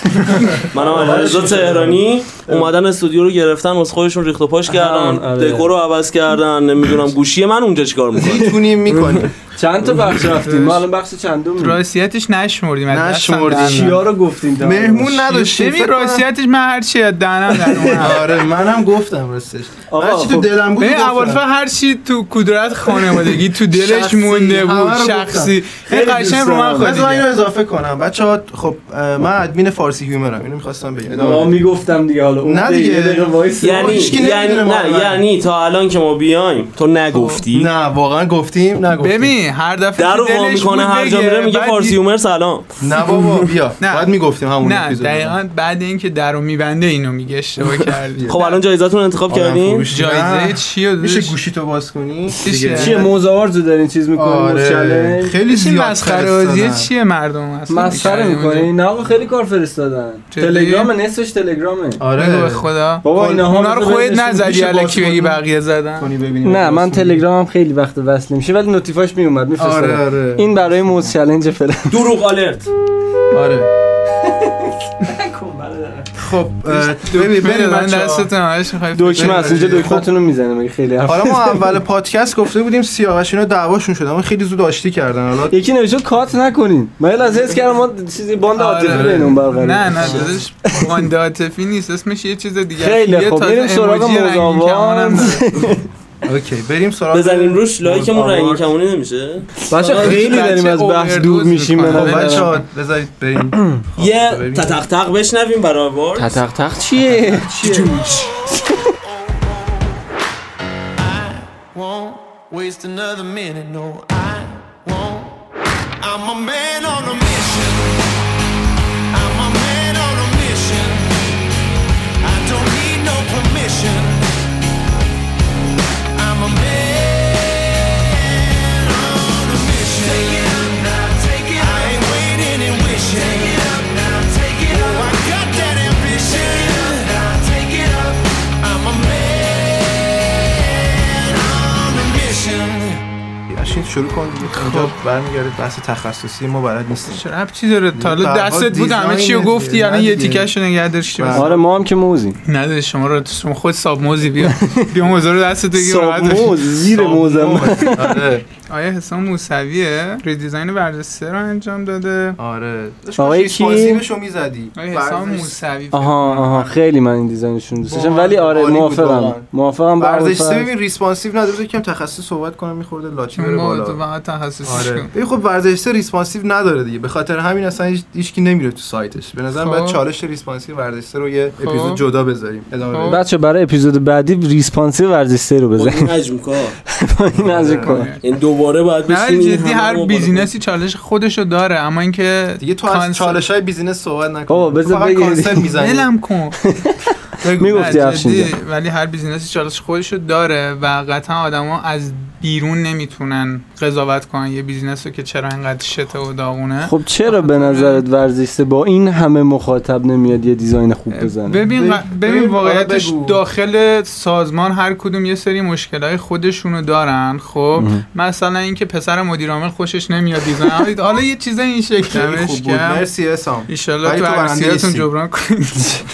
Speaker 4: منم علیرضا تهرانی اومدن استودیو رو گرفتن واسه خودشون ریخت و پاش کردن
Speaker 5: آره.
Speaker 4: دکور رو عوض کردن نمیدونم گوشی من اونجا
Speaker 1: *laughs*
Speaker 4: چیکار میکنه
Speaker 1: میتونیم میکنیم
Speaker 5: چند تا بخش رفتیم ما الان بخش چندم
Speaker 2: راسیتش نشمردیم از دستم
Speaker 1: نشمردیم.
Speaker 2: در نرفت.
Speaker 5: چیا رو گفتیم تا الان؟
Speaker 1: مهمون نداشتیم
Speaker 2: ببین
Speaker 1: فکر کنم-
Speaker 2: راسیتش من هر چی از دهنم
Speaker 1: *laughs*
Speaker 2: در اومد
Speaker 1: آره منم گفتم راستش
Speaker 5: آقا،
Speaker 1: هر چی تو
Speaker 5: خب،
Speaker 1: دلم بود
Speaker 2: ببین
Speaker 1: گفتم.
Speaker 2: اولفا هر چی تو کدرت خانوادگی تو دلش
Speaker 1: آره. شخصی،
Speaker 2: مونده
Speaker 1: همه رو
Speaker 2: بود
Speaker 1: گفتم.
Speaker 2: شخصی این
Speaker 5: خیلی
Speaker 2: قشنگ
Speaker 5: دوست
Speaker 2: رو من
Speaker 5: دارم.
Speaker 1: بذار من
Speaker 2: خود
Speaker 1: اینو اضافه کنم بچه ها خب اه، من ادمین فارسی هیومرم اینو میخواستم بگم
Speaker 5: آقا میگفتم دیگه حالا اون
Speaker 1: نه دیگه.
Speaker 5: یه دقیقه وایس
Speaker 4: یعنی
Speaker 1: هیچکی
Speaker 4: یعنی
Speaker 1: نمی‌دونه ما
Speaker 4: نه
Speaker 1: اول.
Speaker 4: یعنی تا الان که ما بیایم تو نگفتی
Speaker 1: نه واقعا گفتیم نگفتیم
Speaker 2: ببین هر دفعه تو
Speaker 4: در رو وا
Speaker 2: دلش
Speaker 4: میکنه
Speaker 2: بود
Speaker 4: هر جا
Speaker 2: بگه.
Speaker 4: میره میگه
Speaker 2: بعد
Speaker 4: فارسی اومر سلام
Speaker 1: نه بابا بیا
Speaker 2: نه.
Speaker 1: بعد میگفتیم همون
Speaker 2: نه
Speaker 1: اپیزود.
Speaker 2: دقیقا بعد اینکه در رو میبنده اینو میگه
Speaker 4: *laughs*
Speaker 2: اشتباه کردی
Speaker 4: خب الان جایزتون انتخاب
Speaker 1: آدم
Speaker 4: کردین
Speaker 1: فروش.
Speaker 2: جایزه
Speaker 1: نه.
Speaker 2: چیه
Speaker 1: میشه
Speaker 2: داداش؟
Speaker 1: گوشی تو باز کنی
Speaker 2: چیه؟
Speaker 5: چیه موزارز رو دارین چیز میکنین
Speaker 1: آره خیلی
Speaker 2: چی
Speaker 1: زیاد
Speaker 2: مسخره بازیه
Speaker 1: فرستادن.
Speaker 2: چیه مردم اصلا
Speaker 5: مسخره
Speaker 2: می‌کردیم
Speaker 5: میکنی
Speaker 2: اونجا؟
Speaker 5: نه آقا خیلی کار فرستادن
Speaker 2: جدی؟
Speaker 5: تلگرام نصفش تلگرامه
Speaker 2: بگو به
Speaker 1: آره
Speaker 2: خدا
Speaker 5: بابا اینها
Speaker 2: خب، اونا رو خودت نزدی
Speaker 1: میشه باز
Speaker 2: الکی بگی
Speaker 1: کنی؟
Speaker 2: بقیه زدن
Speaker 1: کنی ببینیم
Speaker 5: نه من تلگرامم خیلی وقت وصل میشه ولی نوتیفاش میومد میفرستادم
Speaker 1: آره آره
Speaker 5: این برای موز چلنج فلان
Speaker 4: دروغ آلرت
Speaker 1: آره خب اه، ببین بریم
Speaker 2: من
Speaker 1: بچه‌ها.
Speaker 2: دستت همش می‌خوای
Speaker 5: دکمه است اینجا
Speaker 1: خب.
Speaker 5: دکمهتون رو میزنه مگه خیلی حرف
Speaker 2: آره.
Speaker 1: حالا ما اول پادکست گفته بودیم سیاوش اینا دعواشون شد اما خیلی زود آشتی کردن حالا
Speaker 5: *laughs* یکی نوشته کات نکنین من یه لحظه حس کردم ما چیزی باند
Speaker 2: آره.
Speaker 5: عاطفی بین اون برقرار
Speaker 2: نه نه
Speaker 5: *laughs*
Speaker 2: داداش باند عاطفی نیست اسمش یه چیز دیگه
Speaker 5: خیلی
Speaker 2: یه
Speaker 5: خب،
Speaker 2: تازه
Speaker 5: بریم سراغ
Speaker 2: اموجی رنگی
Speaker 5: مزاوات.
Speaker 2: کمانم داره.
Speaker 1: اوکی بریم سراغ
Speaker 4: بزنیم روش لایکمون
Speaker 1: آوارد.
Speaker 4: رنگی کمونی نمیشه
Speaker 5: بچه
Speaker 2: آره،
Speaker 5: خیلی
Speaker 2: بچه
Speaker 5: داریم از بحث
Speaker 2: اووردوز
Speaker 5: دور میشیم به
Speaker 2: می‌کنه.
Speaker 1: خب
Speaker 5: نظرم.
Speaker 1: بچه‌ها بذارید بریم
Speaker 2: آره.
Speaker 4: یه تتق تق بشنویم برای آوارد
Speaker 5: تق تق چیه
Speaker 3: won't waste another minute. No, I won't. I'm a man on a mission. I'm a man on a mission. I don't need no Oh,
Speaker 1: دیگه اشین شروع کن دیگه اینجا
Speaker 5: خب.
Speaker 1: برمیگرده بحث تخصصی ما بلد نیستیم
Speaker 2: چه ربطی داره تا حالا
Speaker 1: به هر حال
Speaker 2: دستت بود همه چی رو
Speaker 1: دیزاینه
Speaker 2: گفتی
Speaker 1: دیگه،
Speaker 2: یعنی
Speaker 1: نه
Speaker 2: یه
Speaker 1: دیگه.
Speaker 2: تیکش رو نگه داشتی
Speaker 1: بله.
Speaker 5: آره ما هم که موزیم
Speaker 2: نداره شما رو شما خود ساب موزی بیا بیا موزه رو دستت بگیر راحت
Speaker 5: ساب
Speaker 2: باشی.
Speaker 5: موز زیر موزم
Speaker 1: آره
Speaker 2: آیا حسام موسویه ریدیزاین ورزسه رو انجام داده
Speaker 1: آره داشت
Speaker 5: آقای
Speaker 1: کاشیش
Speaker 5: کی؟
Speaker 1: بازیمشو میزدی
Speaker 2: آیا حسام
Speaker 1: ورزش-
Speaker 2: موسوی
Speaker 5: آها آها خیلی من این دیزاینشون دوست داشتم ولی آره
Speaker 1: عالی بود واقعا.
Speaker 5: موافقم موافقم با
Speaker 1: ورزش سه
Speaker 5: ابوالفضل.
Speaker 1: ببین ریسپانسیو نداره بذار یکم تخصصی صحبت کنم میخورده لاتی بره
Speaker 2: ما تو
Speaker 1: بالا
Speaker 2: فقط تخصصش
Speaker 1: آره
Speaker 2: کن
Speaker 1: ببین خب ورزش سه ریسپانسیو نداره دیگه به خاطر همین اصلا هیچ هیچکی نمیره تو سایتش به نظر
Speaker 2: خب.
Speaker 1: باید چالش ریسپانسیو ورزش سه رو یه
Speaker 2: خب.
Speaker 1: اپیزود جدا بذاریم ادامه
Speaker 2: خب.
Speaker 1: بدیم
Speaker 5: بچه برای اپیزود بعدی ریسپانسی ورزش سه رو
Speaker 4: با
Speaker 5: بزن
Speaker 4: خب، این حجم کار
Speaker 5: این از این کار.
Speaker 4: این دوباره باید
Speaker 2: نه ولی
Speaker 4: بشینی این
Speaker 2: جدی
Speaker 4: همه رو
Speaker 2: هر
Speaker 4: بالا
Speaker 2: بیزینسی چالش خودشو داره اما اینکه
Speaker 1: دیگه تو از
Speaker 2: کانسپت-
Speaker 1: چالش های بیزینس صحبت نکن
Speaker 5: بابا،
Speaker 1: تو
Speaker 5: بذار
Speaker 1: فقط
Speaker 5: بگی.
Speaker 1: کانسپت میزنی
Speaker 2: ولم کن بگو.
Speaker 5: میگفتی
Speaker 2: نه،
Speaker 5: افشین
Speaker 2: جدی، ولی هر بیزینسی چالش خودشو داره و قطعا آدما از بیرون نمیتونن قضاوت کنن یه بیزینس رو که چرا اینقدر شته و داغونه
Speaker 5: خب چرا به نظرت ورزش سه با این همه مخاطب نمیاد یه دیزاین خوب بزنه
Speaker 2: ببین
Speaker 1: بب-
Speaker 2: ببین
Speaker 1: ببین،
Speaker 2: واقعیتش
Speaker 1: حالا بگو.
Speaker 2: داخل سازمان هر کدوم یه سری مشکلای خودشونو دارن خب مثلا اینکه پسر مدیر عامل خوشش نمیاد دیزاین حالا یه چیز این
Speaker 1: خیلی خوب
Speaker 2: شکلش
Speaker 1: بود
Speaker 2: کرد
Speaker 1: مرسی اسام
Speaker 2: ایشالله
Speaker 1: ولی
Speaker 2: تو
Speaker 1: تو برنده
Speaker 2: عروسیاتون
Speaker 1: نیستی.
Speaker 2: جبران کنید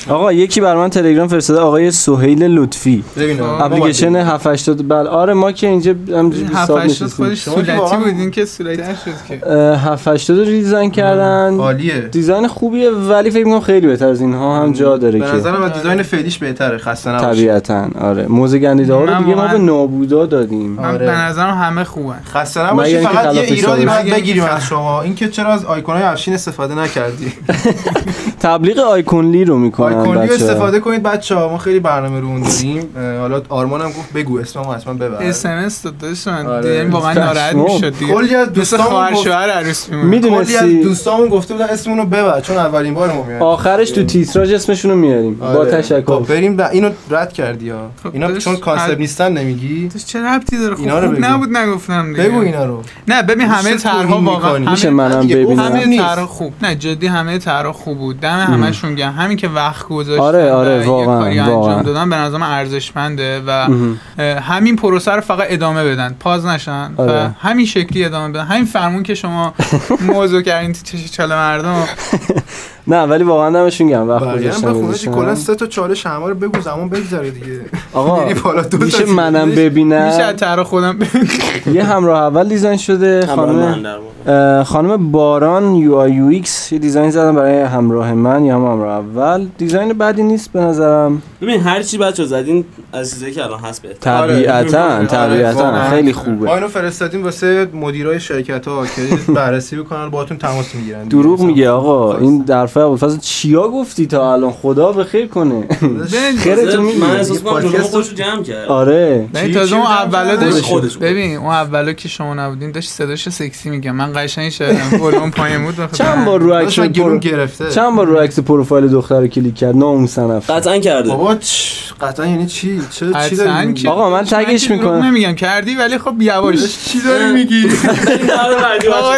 Speaker 5: آقا یکی بر من تلگرام فرستاده آقای سهیل لطفی
Speaker 1: ببینم
Speaker 2: خب.
Speaker 5: اپلیکیشن 780 بل آره ما که اینجا همجوری
Speaker 2: هفت
Speaker 5: حساب
Speaker 2: هشتاد
Speaker 5: نشستیم
Speaker 2: خودش
Speaker 1: شما که
Speaker 2: صورتی
Speaker 1: واقعا-
Speaker 2: بود این که صورتی نشد که
Speaker 5: اه، 780 رو ریزاین کردن
Speaker 1: عالیه
Speaker 5: دیزاین خوبیه ولی فکر میکنم خیلی بهتر از اینها هم جا داره
Speaker 1: به
Speaker 5: که
Speaker 1: نظرم از دیزاین فعلیش بهتره خسته نباشی
Speaker 5: طبیعتا آره موزه گندیده ها
Speaker 2: من
Speaker 5: رو دیگه ما
Speaker 2: واقعا-
Speaker 5: به نابودا دادیم
Speaker 2: من
Speaker 1: آره.
Speaker 2: به نظرم همه خوبن
Speaker 1: خسته نباشی
Speaker 5: مگر اینکه
Speaker 1: فقط یه
Speaker 5: خلاف
Speaker 1: ایرادی
Speaker 5: حساب
Speaker 1: باید
Speaker 2: باشه.
Speaker 1: بگیریم از شما اینکه چرا از آیکون‌های افشین استفاده
Speaker 5: *laughs*
Speaker 1: نکردی
Speaker 5: تبلیغ آیکونلی رو میکنن
Speaker 1: آیکونی رو
Speaker 5: بچه
Speaker 1: استفاده کنید بچه ها ما خیلی برنامه رو اون داریم اه، حالا آرمان هم گفت بگو اسممو حتما ببر
Speaker 2: اس ام اس داد داشتن
Speaker 1: آره.
Speaker 2: یعنی
Speaker 5: *laughs*
Speaker 2: واقعا ناراحت
Speaker 5: پشمام.
Speaker 2: میشد دیگه
Speaker 1: کلی از
Speaker 2: مثل خواهر
Speaker 1: دوستامون گفت-
Speaker 2: شوهر عروس میمون
Speaker 1: کلی از
Speaker 5: میدونستی
Speaker 1: دوستامون گفته بودن اسمونو ببر چون اولین بار ما میاد
Speaker 5: آخرش تو تیتراژ اسمشون رو میاریم با تشکر
Speaker 1: خب بریم و اینو رد کردی ها
Speaker 2: خب،
Speaker 1: اینا
Speaker 2: بس.
Speaker 1: چون
Speaker 2: هر-
Speaker 1: کانسپت نیستن نمیگی
Speaker 2: چه ربطی داره
Speaker 1: اینا
Speaker 2: خب
Speaker 1: رو
Speaker 2: خوب
Speaker 1: بگو.
Speaker 2: نبود نگفتم دیگه
Speaker 1: بگو اینا رو
Speaker 2: نه ببین همه
Speaker 1: چه
Speaker 2: طرها
Speaker 1: توهین
Speaker 2: واقعا
Speaker 1: می‌کنی؟
Speaker 2: همه-
Speaker 5: میشه منم
Speaker 1: دیگه
Speaker 5: ببینم؟
Speaker 1: گفتم
Speaker 2: همه
Speaker 1: نیست.
Speaker 2: طرح خوب نه جدی همه طرح خوب بود دم همشون گرم همین که وقت گذاشتن
Speaker 5: آره،
Speaker 2: و
Speaker 5: آره،
Speaker 2: یه
Speaker 5: واقعاً،
Speaker 2: کاری انجام
Speaker 5: واقعاً.
Speaker 2: دادن به نظرم ارزشمنده و اه، همین پروسه رو فقط ادامه بدن پاز نشن و
Speaker 5: آره.
Speaker 2: همین شکلی ادامه بدن همین فرمون که
Speaker 5: *laughs*
Speaker 2: شما موضوع کردین تو چش چاله مردم نه
Speaker 5: نه ولی واقعا دمشون گرم وقت
Speaker 1: برگردم
Speaker 5: گذاشتن
Speaker 1: به خونه چی؟ کلا
Speaker 5: گذاشتن.
Speaker 1: سه تا چالش همه رو بگو زمان بگذره دیگه
Speaker 5: آقا
Speaker 1: میری بالا دو تا
Speaker 5: میشه
Speaker 1: دیگه.
Speaker 5: منم
Speaker 2: میشه
Speaker 5: ببینم
Speaker 2: از طرح خودم
Speaker 5: یه همراه اول دیزاین شده
Speaker 4: بکنی. همراه
Speaker 5: خانم
Speaker 4: من در واقع.
Speaker 5: اه، خانم باران یو آی یو ایکس یه دیزاین زدن برای همراه من یا هم همراه اول دیزاین بعدی نیست به
Speaker 1: آره،
Speaker 5: نظرم
Speaker 4: ببین هر چی بچه زدین از چیزایی که الان هست بهتر
Speaker 5: طبیعتا
Speaker 1: آره،
Speaker 5: طبیعتا
Speaker 1: واقعا.
Speaker 5: خیلی
Speaker 1: ما
Speaker 5: خوبه
Speaker 1: اینو فرستادیم واسه مدیرای شرکت ها که بررسی بکنن باهاتون تماس میگیرن
Speaker 5: دروغ میگه آقا این درفع ابوالفضل چیا گفتی تا الان خدا به خیر کنه خیرتون
Speaker 4: خب، من احساس
Speaker 5: میگه
Speaker 4: کنم جلوی
Speaker 1: پادکست
Speaker 4: خودش رو جمع کرد
Speaker 5: آره
Speaker 2: نه
Speaker 1: چی-
Speaker 2: تازه
Speaker 1: چی
Speaker 2: اون
Speaker 1: رو جمع
Speaker 2: اولا
Speaker 1: کردن؟
Speaker 2: داشت
Speaker 4: خودش بود.
Speaker 2: ببین اون اولا که شما نبودین داشت صداش سکسی میگم من قشنگ شدم اون پایین بود بخدا.
Speaker 5: چند بار رو عکس
Speaker 1: داشت من گرون
Speaker 5: پرو-
Speaker 1: گرفته
Speaker 5: چند بار رو عکس پروفایل دختر رو کلیک کرد ناموسن افشین.
Speaker 4: قطعا *laughs* کرده
Speaker 1: بابا چ- قطعا یعنی چی چه چی
Speaker 2: اصلا
Speaker 1: داری میگی
Speaker 2: که-
Speaker 5: آقا من
Speaker 2: من
Speaker 5: تگش
Speaker 2: که دروغ
Speaker 5: میکنم
Speaker 2: نمیگم کردی ولی خب یواش
Speaker 1: چی داری میگی
Speaker 4: آره، بعدی بچه‌ها.
Speaker 2: *laughs* آقا،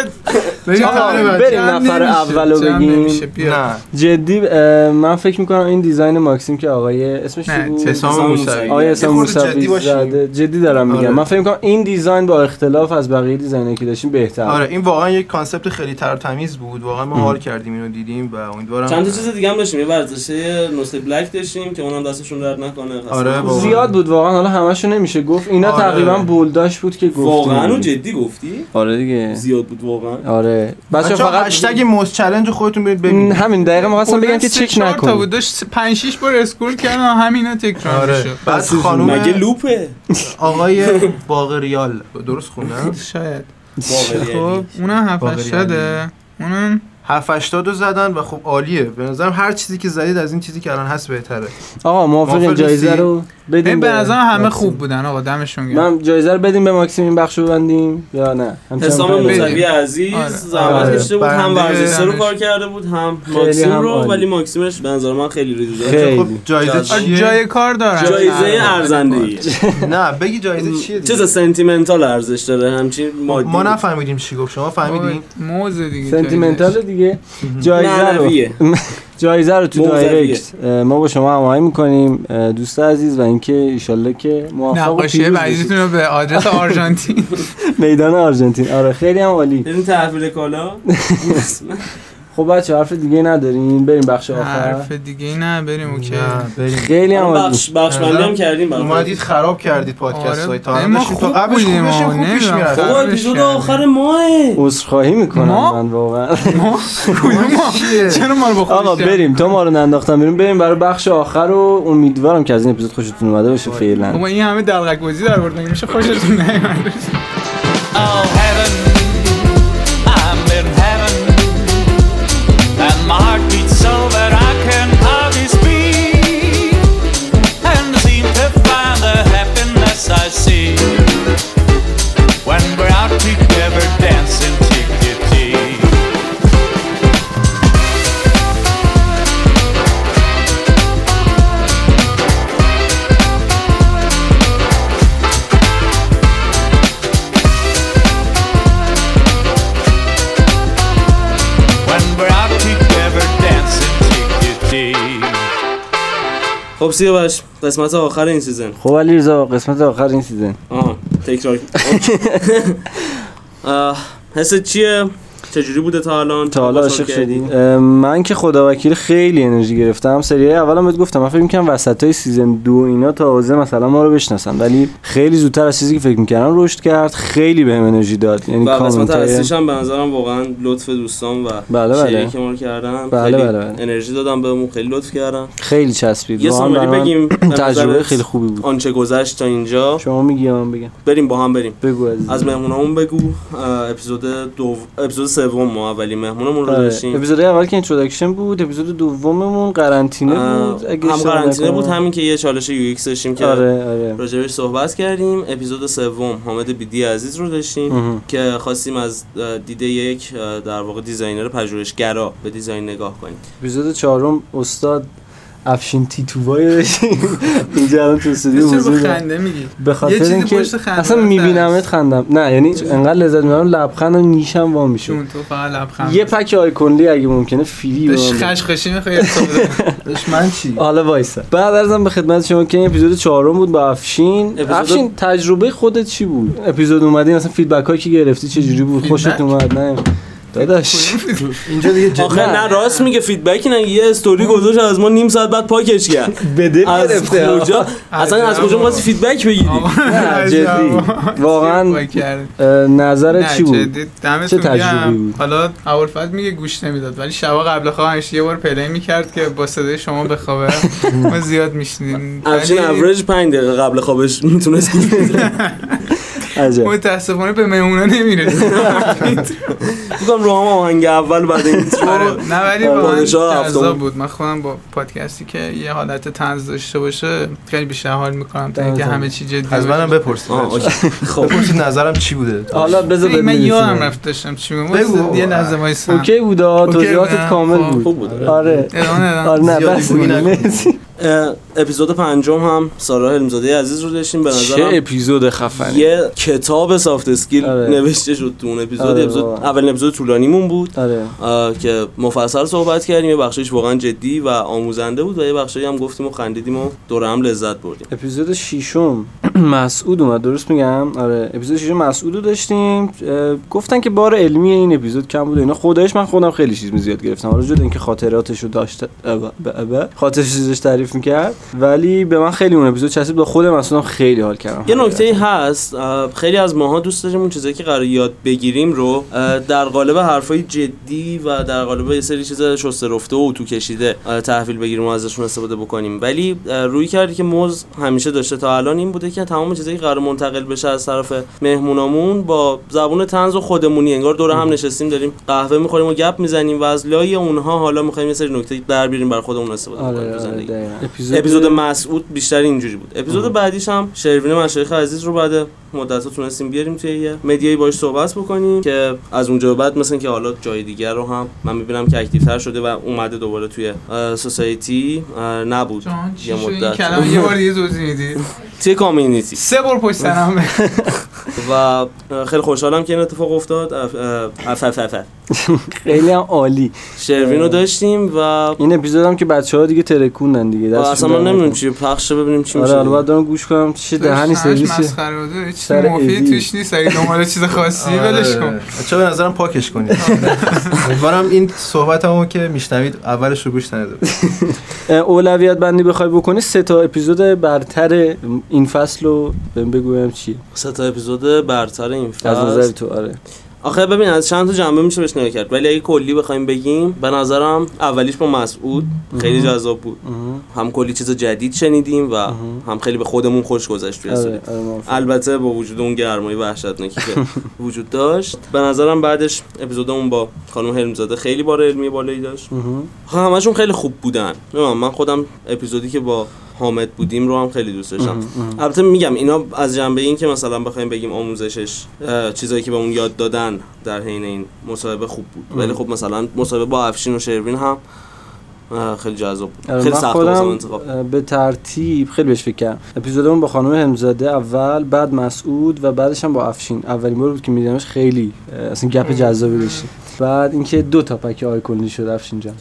Speaker 1: بریم
Speaker 2: آقا،
Speaker 1: آره، بچه.
Speaker 5: بریم
Speaker 2: جمع
Speaker 5: نفر
Speaker 2: نمیشه،
Speaker 5: اول رو
Speaker 2: جمع
Speaker 5: بگیم.
Speaker 2: نمیشه، بیا.
Speaker 1: نه
Speaker 5: جدی اه، من فکر میکنم این دیزاین ماکسیم که آقای اسمش چی
Speaker 2: نه،
Speaker 5: بود
Speaker 2: چه
Speaker 1: حسام
Speaker 4: حسام
Speaker 1: موسوی
Speaker 4: موسوی.
Speaker 5: آقای
Speaker 1: یه
Speaker 5: حسام
Speaker 1: خورده جدی
Speaker 5: موسوی
Speaker 1: باشیم.
Speaker 5: زده جدی دارم میگم
Speaker 1: آره.
Speaker 5: من فکر میکنم این دیزاین با اختلاف از بقیه دیزاینایی که داشتیم بهتر
Speaker 1: آره این واقعا یک کانسپت خیلی تر و تمیز بود واقعا ما حال کردیم اینو دیدیم و امیدوارم
Speaker 4: چند تا چیز دیگه هم داشتیم یه ورزشه نسخه بلک داشتیم که اونم دستشون درد نکنه خسته
Speaker 1: آره،
Speaker 4: نباشید.
Speaker 5: زیاد بود واقعا حالا همشو نمیشه گفت اینا
Speaker 1: آره.
Speaker 5: تقریبا بولداش بود که گفتیم
Speaker 4: واقعا رو جدی گفتی
Speaker 5: آره دیگه
Speaker 4: زیاد بود واقعا
Speaker 5: آره بچه
Speaker 1: بچه‌ها،
Speaker 5: فقط
Speaker 1: هشتگ موز چالش رو خودتون برید
Speaker 5: م،
Speaker 1: ببینید
Speaker 5: همین دقیقه میخواستم بگم
Speaker 2: کلاً
Speaker 5: که
Speaker 2: سه
Speaker 5: چک
Speaker 2: چهار تا
Speaker 5: نکن
Speaker 2: بود داشت 5 6 بار اسکرول کردم همینا تکرار
Speaker 1: آره
Speaker 2: میشد
Speaker 1: بعد
Speaker 4: مگه
Speaker 1: خانم
Speaker 4: لوپه
Speaker 1: آقای باقریال درست خوندم
Speaker 2: شاید خب
Speaker 4: واقعی یعنی.
Speaker 2: اونم
Speaker 1: واقعی
Speaker 2: هفتش شده اونم
Speaker 1: 780 رو زدن و خب عالیه به نظرم هر چیزی که زدید از این چیزی که الان هست بهتره
Speaker 5: آقا موافقین
Speaker 1: موافق
Speaker 5: جایزه
Speaker 1: نیستی؟
Speaker 5: رو بدیم
Speaker 2: این به نظرم همه
Speaker 5: ماکسیم.
Speaker 2: خوب بودن آقا دمشون گرم
Speaker 5: من جایزه رو بدیم به ماکسیم این بخش رو ببندیم یا نه همچنان
Speaker 4: حسام
Speaker 5: بریم.
Speaker 2: موسوی.
Speaker 4: موسوی
Speaker 2: آره.
Speaker 4: عزیز زحمت
Speaker 1: آره.
Speaker 4: کشیده بود هم
Speaker 1: بنده
Speaker 4: ورزشه رو
Speaker 2: دمش.
Speaker 4: کار کرده بود هم
Speaker 5: خیلی
Speaker 4: ماکسیم
Speaker 5: هم
Speaker 4: رو
Speaker 5: عالی.
Speaker 4: ولی ماکسیمش به نظر من خیلی ریزه
Speaker 5: خیلی.
Speaker 1: خب جایزه
Speaker 4: جایزه.
Speaker 1: چیه
Speaker 2: جای کار دارن
Speaker 4: جایزه
Speaker 2: آره.
Speaker 4: ارزنده ایه.
Speaker 1: نه بگی جایزه چیه دیگه
Speaker 4: چیز سنتیمنتال ارزش داره همچین مادی
Speaker 1: ما نفهمیدیم چی گفت شما فهمیدیم
Speaker 2: موز دیگه
Speaker 5: سنتیمنتال دیگه جایزه رو
Speaker 4: معنویه
Speaker 5: جایزه رو تو
Speaker 4: موزویه.
Speaker 5: دایرکت اه، ما با شما هماهنگ میکنیم دوست عزیز و اینکه ایشالله که موفق و
Speaker 2: نقاشی
Speaker 5: پیروز باشید.
Speaker 2: بعدیتون رو به
Speaker 5: *laughs*
Speaker 2: آدرس آرژانتین
Speaker 5: میدان آرژانتین آره خیلی هم عالی
Speaker 4: این یعنی تحویل کالا
Speaker 5: خب بچه حرف دیگه نداریم بریم بخش آخر
Speaker 2: حرف دیگه نه بریم اوکی
Speaker 1: نه، بریم.
Speaker 5: خیلی هم عالی
Speaker 4: آره، بخش بخش بندی هم کردیم برای
Speaker 1: اومدید خراب کردید پادکست
Speaker 2: آره.
Speaker 1: های تا هم
Speaker 2: ما
Speaker 1: داشتیم. تا
Speaker 2: خوب
Speaker 1: قبلش
Speaker 2: بودیم
Speaker 1: خوب داشتیم،
Speaker 2: آه.
Speaker 1: خوب پیش
Speaker 2: نمی‌دونم.
Speaker 1: می‌رفت.
Speaker 4: بابا
Speaker 2: خرابش
Speaker 4: اپیزود
Speaker 2: کردیم.
Speaker 4: آخر ماه
Speaker 5: عذرخواهی میکنم
Speaker 2: ما؟
Speaker 5: من واقعا
Speaker 2: ما
Speaker 5: *laughs*
Speaker 1: خب،
Speaker 2: کدوم ما؟ چرا ما رو با
Speaker 5: آقا
Speaker 2: خودش جمع-
Speaker 5: بریم تو ما رو ننداختم بریم بریم برای بخش آخر و امیدوارم که از این اپیزود خوشتون اومده
Speaker 4: خب.
Speaker 5: باشه فعلا
Speaker 2: بابا این همه دلغک بازی در آوردن میشه خوشتون نیومد
Speaker 6: Oh heaven, I'm in heaven, and my heart beats so that I can hardly speak, and seem to find the happiness I see when we're out together dancing cheek to cheek. When we're out together dancing cheek to cheek.
Speaker 4: خب سیاوش قسمت آخر این سیزن
Speaker 5: خب علی رضا قسمت آخر این سیزن
Speaker 4: آها تکرار
Speaker 5: *laughs*
Speaker 4: اوکی. آه، حست چیه چجوری بوده تا الان
Speaker 5: تا حالا
Speaker 4: خوشحال
Speaker 5: عاشق
Speaker 4: خب، کردی؟
Speaker 5: شدی اه، من که خدا وکیل خیلی انرژی گرفتم سری اولم بهت گفتم من فکر می‌کردم وسطای سیزن دو اینا تازه مثلا ما رو بشناسن ولی خیلی زودتر از چیزی که فکر می‌کردم رشد کرد خیلی بهم انرژی داد یعنی
Speaker 4: و قسمت
Speaker 5: کامنت‌های-
Speaker 4: اصلیش هم به نظرم واقعا لطف دوستان و
Speaker 5: بله، بله.
Speaker 4: شیری که ما رو کردن
Speaker 5: بله،
Speaker 4: خیلی
Speaker 5: بله، بله.
Speaker 4: انرژی دادم بهمون خیلی لطف کردن
Speaker 5: خیلی چسبید
Speaker 4: یه
Speaker 5: واقعاً برای
Speaker 4: سامری
Speaker 5: من
Speaker 4: بگیم به
Speaker 5: تجربه
Speaker 4: نظرت
Speaker 5: خیلی خوبی بود
Speaker 4: آنچه گذشت تا اینجا
Speaker 5: شما میگی یا من بگم
Speaker 4: بریم با هم بریم
Speaker 5: بگو عزیزم.
Speaker 4: از مهمونامون بگو اه، اپیزود دو... اپیزود سوم ما اولین مهمونمون رو
Speaker 5: آره.
Speaker 4: داشتیم
Speaker 5: اپیزود اول که اینتروداکشن بود اپیزود دوممون قرنطینه
Speaker 4: اه،
Speaker 5: بود اگه
Speaker 4: هم
Speaker 5: اشتباه
Speaker 4: قرنطینه
Speaker 5: نکنم.
Speaker 4: بود همین که یه چالش یو ایکس داشتیم که
Speaker 5: آره آره
Speaker 4: راجبش صحبت کردیم اپیزود سوم حامد بیدی عزیز رو داشتیم
Speaker 5: مهم.
Speaker 4: که خواستیم از اه، دید یک اه، در واقع دیزاینر پژوهشگرا به دیزاین نگاه کنیم
Speaker 5: اپیزود چهارم استاد افشین تیتوبای داشتیم اینجا الان تو استودیو
Speaker 2: چرا با
Speaker 5: حضور دارم.
Speaker 2: خنده میگی
Speaker 5: به
Speaker 2: یه
Speaker 5: خاطر
Speaker 2: چیزی
Speaker 5: اینکه
Speaker 2: پشت خنده
Speaker 5: اصلا
Speaker 2: هست. بله.
Speaker 5: میبینمت خندم نه یعنی انقدر لذت میبرم لبخند و نیشم وا میشه
Speaker 2: چون تو فقط لبخند
Speaker 5: یه پک آیکونلی اگه ممکنه فری به
Speaker 2: داشت
Speaker 5: من بده.
Speaker 2: خشخشی میخوایی
Speaker 1: داشت من چی؟
Speaker 5: حالا وایسا بعد ارزم به خدمت شما که این اپیزود چهارم بود با افشین
Speaker 4: اپیزود-
Speaker 5: افشین تجربه خودت چی بود اپیزود اومدی مثلا فیدبک هایی که گرفتی چه جوری بود خوشت
Speaker 2: فیدبک؟
Speaker 5: اومد نه داداش
Speaker 1: اینجا دیگه جد-
Speaker 4: آخه نه راست میگه فیدبکی نه یه استوری گذاشت از ما نیم ساعت بعد پاکش کرد
Speaker 5: به دل
Speaker 4: از
Speaker 5: *laughs* گرفته آه.
Speaker 4: کجا اصلا از کجا می‌خواستی فیدبک بگیری
Speaker 5: *laughs* نه،
Speaker 2: *laughs*
Speaker 5: جدی واقعا اه، نظرت چی بود
Speaker 2: چه
Speaker 5: چه تجربه بود؟
Speaker 2: حالا اول میگه گوش نمیداد ولی شبا قبل خواهش یه بار پلی میکرد که با صدای شما
Speaker 5: *laughs*
Speaker 2: بخوابه ما زیاد میشنیم
Speaker 4: افشین
Speaker 2: یعنی
Speaker 4: اوریج 5 دقیقه قبل خوابش میتونست گوش بده
Speaker 5: عجب
Speaker 2: متاسفانه به مهمونا نمیره
Speaker 5: *laughs*
Speaker 4: میگم رو هم آهنگ اول بعد این
Speaker 2: آره نه ولی
Speaker 4: آره.
Speaker 2: واقعا
Speaker 4: پادشاه هفتم.
Speaker 2: جذاب بود من خودم با پادکستی که یه حالت طنز داشته باشه خیلی بیشتر حال میکنم تا اینکه
Speaker 5: دمتون.
Speaker 2: همه چی جدی
Speaker 1: از منم
Speaker 2: باشه.
Speaker 1: بپرسید
Speaker 4: آه،
Speaker 1: *laughs*
Speaker 4: اوکی. خب
Speaker 1: بپرسید نظرم چی بوده
Speaker 5: حالا بذار
Speaker 2: این
Speaker 5: بهت
Speaker 2: من یادم
Speaker 5: می‌رسیم.
Speaker 2: رفت داشتم چی
Speaker 1: بگو.
Speaker 2: میگم یه لحظه وایسا
Speaker 5: اوکی بودا
Speaker 2: اوکی
Speaker 5: توضیحاتت
Speaker 2: نه،
Speaker 5: کامل
Speaker 2: خب.
Speaker 5: بود
Speaker 4: خوب بود
Speaker 5: آره
Speaker 2: ادامه ندم
Speaker 5: آره نه
Speaker 1: زیادی
Speaker 5: بس *laughs*
Speaker 1: گویی
Speaker 5: بود.
Speaker 1: نکن.
Speaker 5: مرسی.
Speaker 4: اه، اپیزود پنجم هم سارا هلمزاده عزیز رو داشتیم به نظرم
Speaker 5: اپیزود خفنی
Speaker 4: یه کتاب سافت اسکیل
Speaker 5: آره.
Speaker 4: نوشته شد تو اون اپیزود
Speaker 5: آره،
Speaker 4: اپیزود
Speaker 5: واقعا.
Speaker 4: اولین اپیزود طولانیمون بود
Speaker 5: آره
Speaker 4: آه، که مفصل صحبت کردیم یه بخشش واقعا جدی و آموزنده بود و یه بخشی هم گفتیم و خندیدیم و دور هم لذت بردیم
Speaker 5: اپیزود ششم *clears throat* مسعود اومد درست میگم آره اپیزود ششم مسعود رو داشتیم اه، گفتن که بار علمی این اپیزود کم بود و اینا خدایش من خودم خیلی چیز زیاد گرفتم حالا جدا اینکه خاطراتش رو داشت اه، ب- ب- ب- خاطرش چیزش تعریف میکرد ولی به من خیلی اون اپیزود چسبید با خود مسعودم خیلی حال کردم
Speaker 4: یه نکته هست اه، خیلی از ماها دوست داریم اون چیزایی که قرار یاد بگیریم رو اه، در قالب حرفای جدی و در قالب یه سری چیز شسته رفته و تو کشیده اه، تحویل بگیریم و ازشون استفاده بکنیم ولی اه، روی کردی که موز همیشه داشته تا الان این بوده که تمام چیزایی که قرار منتقل بشه از طرف مهمونامون با زبون تنز و خودمونی انگار دور هم نشستیم داریم قهوه میخوریم و گپ میزنیم و از لای اونها حالا میخوایم یه سری نکته در بیاریم بر خودمون استفاده
Speaker 5: آره
Speaker 4: بکنیم تو
Speaker 5: آره
Speaker 4: زندگی.
Speaker 5: دقیقاً. اپیزود,
Speaker 4: اپیزود مسعود بیشتر اینجوری بود اپیزود بعدیش هم شروین مشایخ عزیز رو بعد مدت تونستیم بیاریم توی یه مدیایی باش صحبت بکنیم که از اونجا به بعد مثلا که حالا جای دیگر رو هم من میبینم که اکتیوتر شده و اومده دوباره توی اه، سوسایتی اه، نبود
Speaker 2: جان چی
Speaker 4: یه
Speaker 2: شد؟ این
Speaker 4: مدت.
Speaker 2: کلمه یه بار دیگه توضیح میدی
Speaker 4: توی کامیونیتی
Speaker 2: سه بار پشت سرم به
Speaker 4: و اه، خیلی خوشحالم که این اتفاق افتاد اف اف اف اف.
Speaker 5: خیلی هم عالی آره.
Speaker 4: شروین رو داشتیم و
Speaker 5: این اپیزود هم که بچه ها دیگه ترکوندن دیگه
Speaker 4: و
Speaker 5: دستشون
Speaker 4: اصلا من
Speaker 5: در
Speaker 4: نمیدونم
Speaker 5: نکنه.
Speaker 4: چی پخش شه ببینیم چی
Speaker 5: آره
Speaker 4: میشه
Speaker 5: حالا باید دارم گوش کنم چه دهنی سرویسی
Speaker 2: مسخره بود هیچ
Speaker 5: سر
Speaker 2: مفید
Speaker 5: ایدی.
Speaker 2: توش نیست اگه دنبال چیز خاصی
Speaker 1: آره.
Speaker 2: ولش
Speaker 5: *laughs*
Speaker 2: کن
Speaker 1: چه به نظرم پاکش کنید امیدوارم این صحبت همو که میشنوید اولش رو گوش نده
Speaker 5: اه، اولویت بندی بخوای بکنی سه تا اپیزود برتر این فصل رو بهم بگویم چیه
Speaker 4: سه تا اپیزود برتر این
Speaker 5: از نظر
Speaker 4: فصل
Speaker 5: تو آره
Speaker 4: آخه ببین از چند تا جنبه میشه بهش نگاه کرد ولی اگه کلی بخوایم بگیم به نظرم اولیش با مسعود خیلی جذاب بود
Speaker 5: مهم.
Speaker 4: هم کلی چیز جدید شنیدیم و هم خیلی به خودمون خوش گذشت توی سری.
Speaker 5: آره آره موافقم.
Speaker 4: البته با وجود اون گرمای وحشتناکی
Speaker 5: *laughs*
Speaker 4: که وجود داشت به نظرم بعدش اپیزودمون با خانم هرمزاده خیلی بار علمی بالایی داشت
Speaker 5: مهم.
Speaker 4: خب همشون خیلی خوب بودن نمیدونم من خودم اپیزودی که با حامد بودیم رو هم خیلی دوست داشتم البته میگم اینا از جنبه این که مثلا بخوایم بگیم آموزشش اه، چیزایی که به اون یاد دادن در حین این مصاحبه خوب بود ولی خب مثلا مصاحبه با افشین و شروین هم اه، خیلی جذاب بود
Speaker 5: آره،
Speaker 4: خیلی
Speaker 5: من
Speaker 4: سخت بود واسم
Speaker 5: خودم
Speaker 4: انتخاب
Speaker 5: اه، به ترتیب خیلی بهش فکر کردم اپیزودمون با خانم همزاده اول بعد مسعود و بعدش هم با افشین اولین بار بود که میدیدمش خیلی اه، اصلا گپ جذابی داشتیم بعد اینکه دو تا پک آیکونی شد افشین جان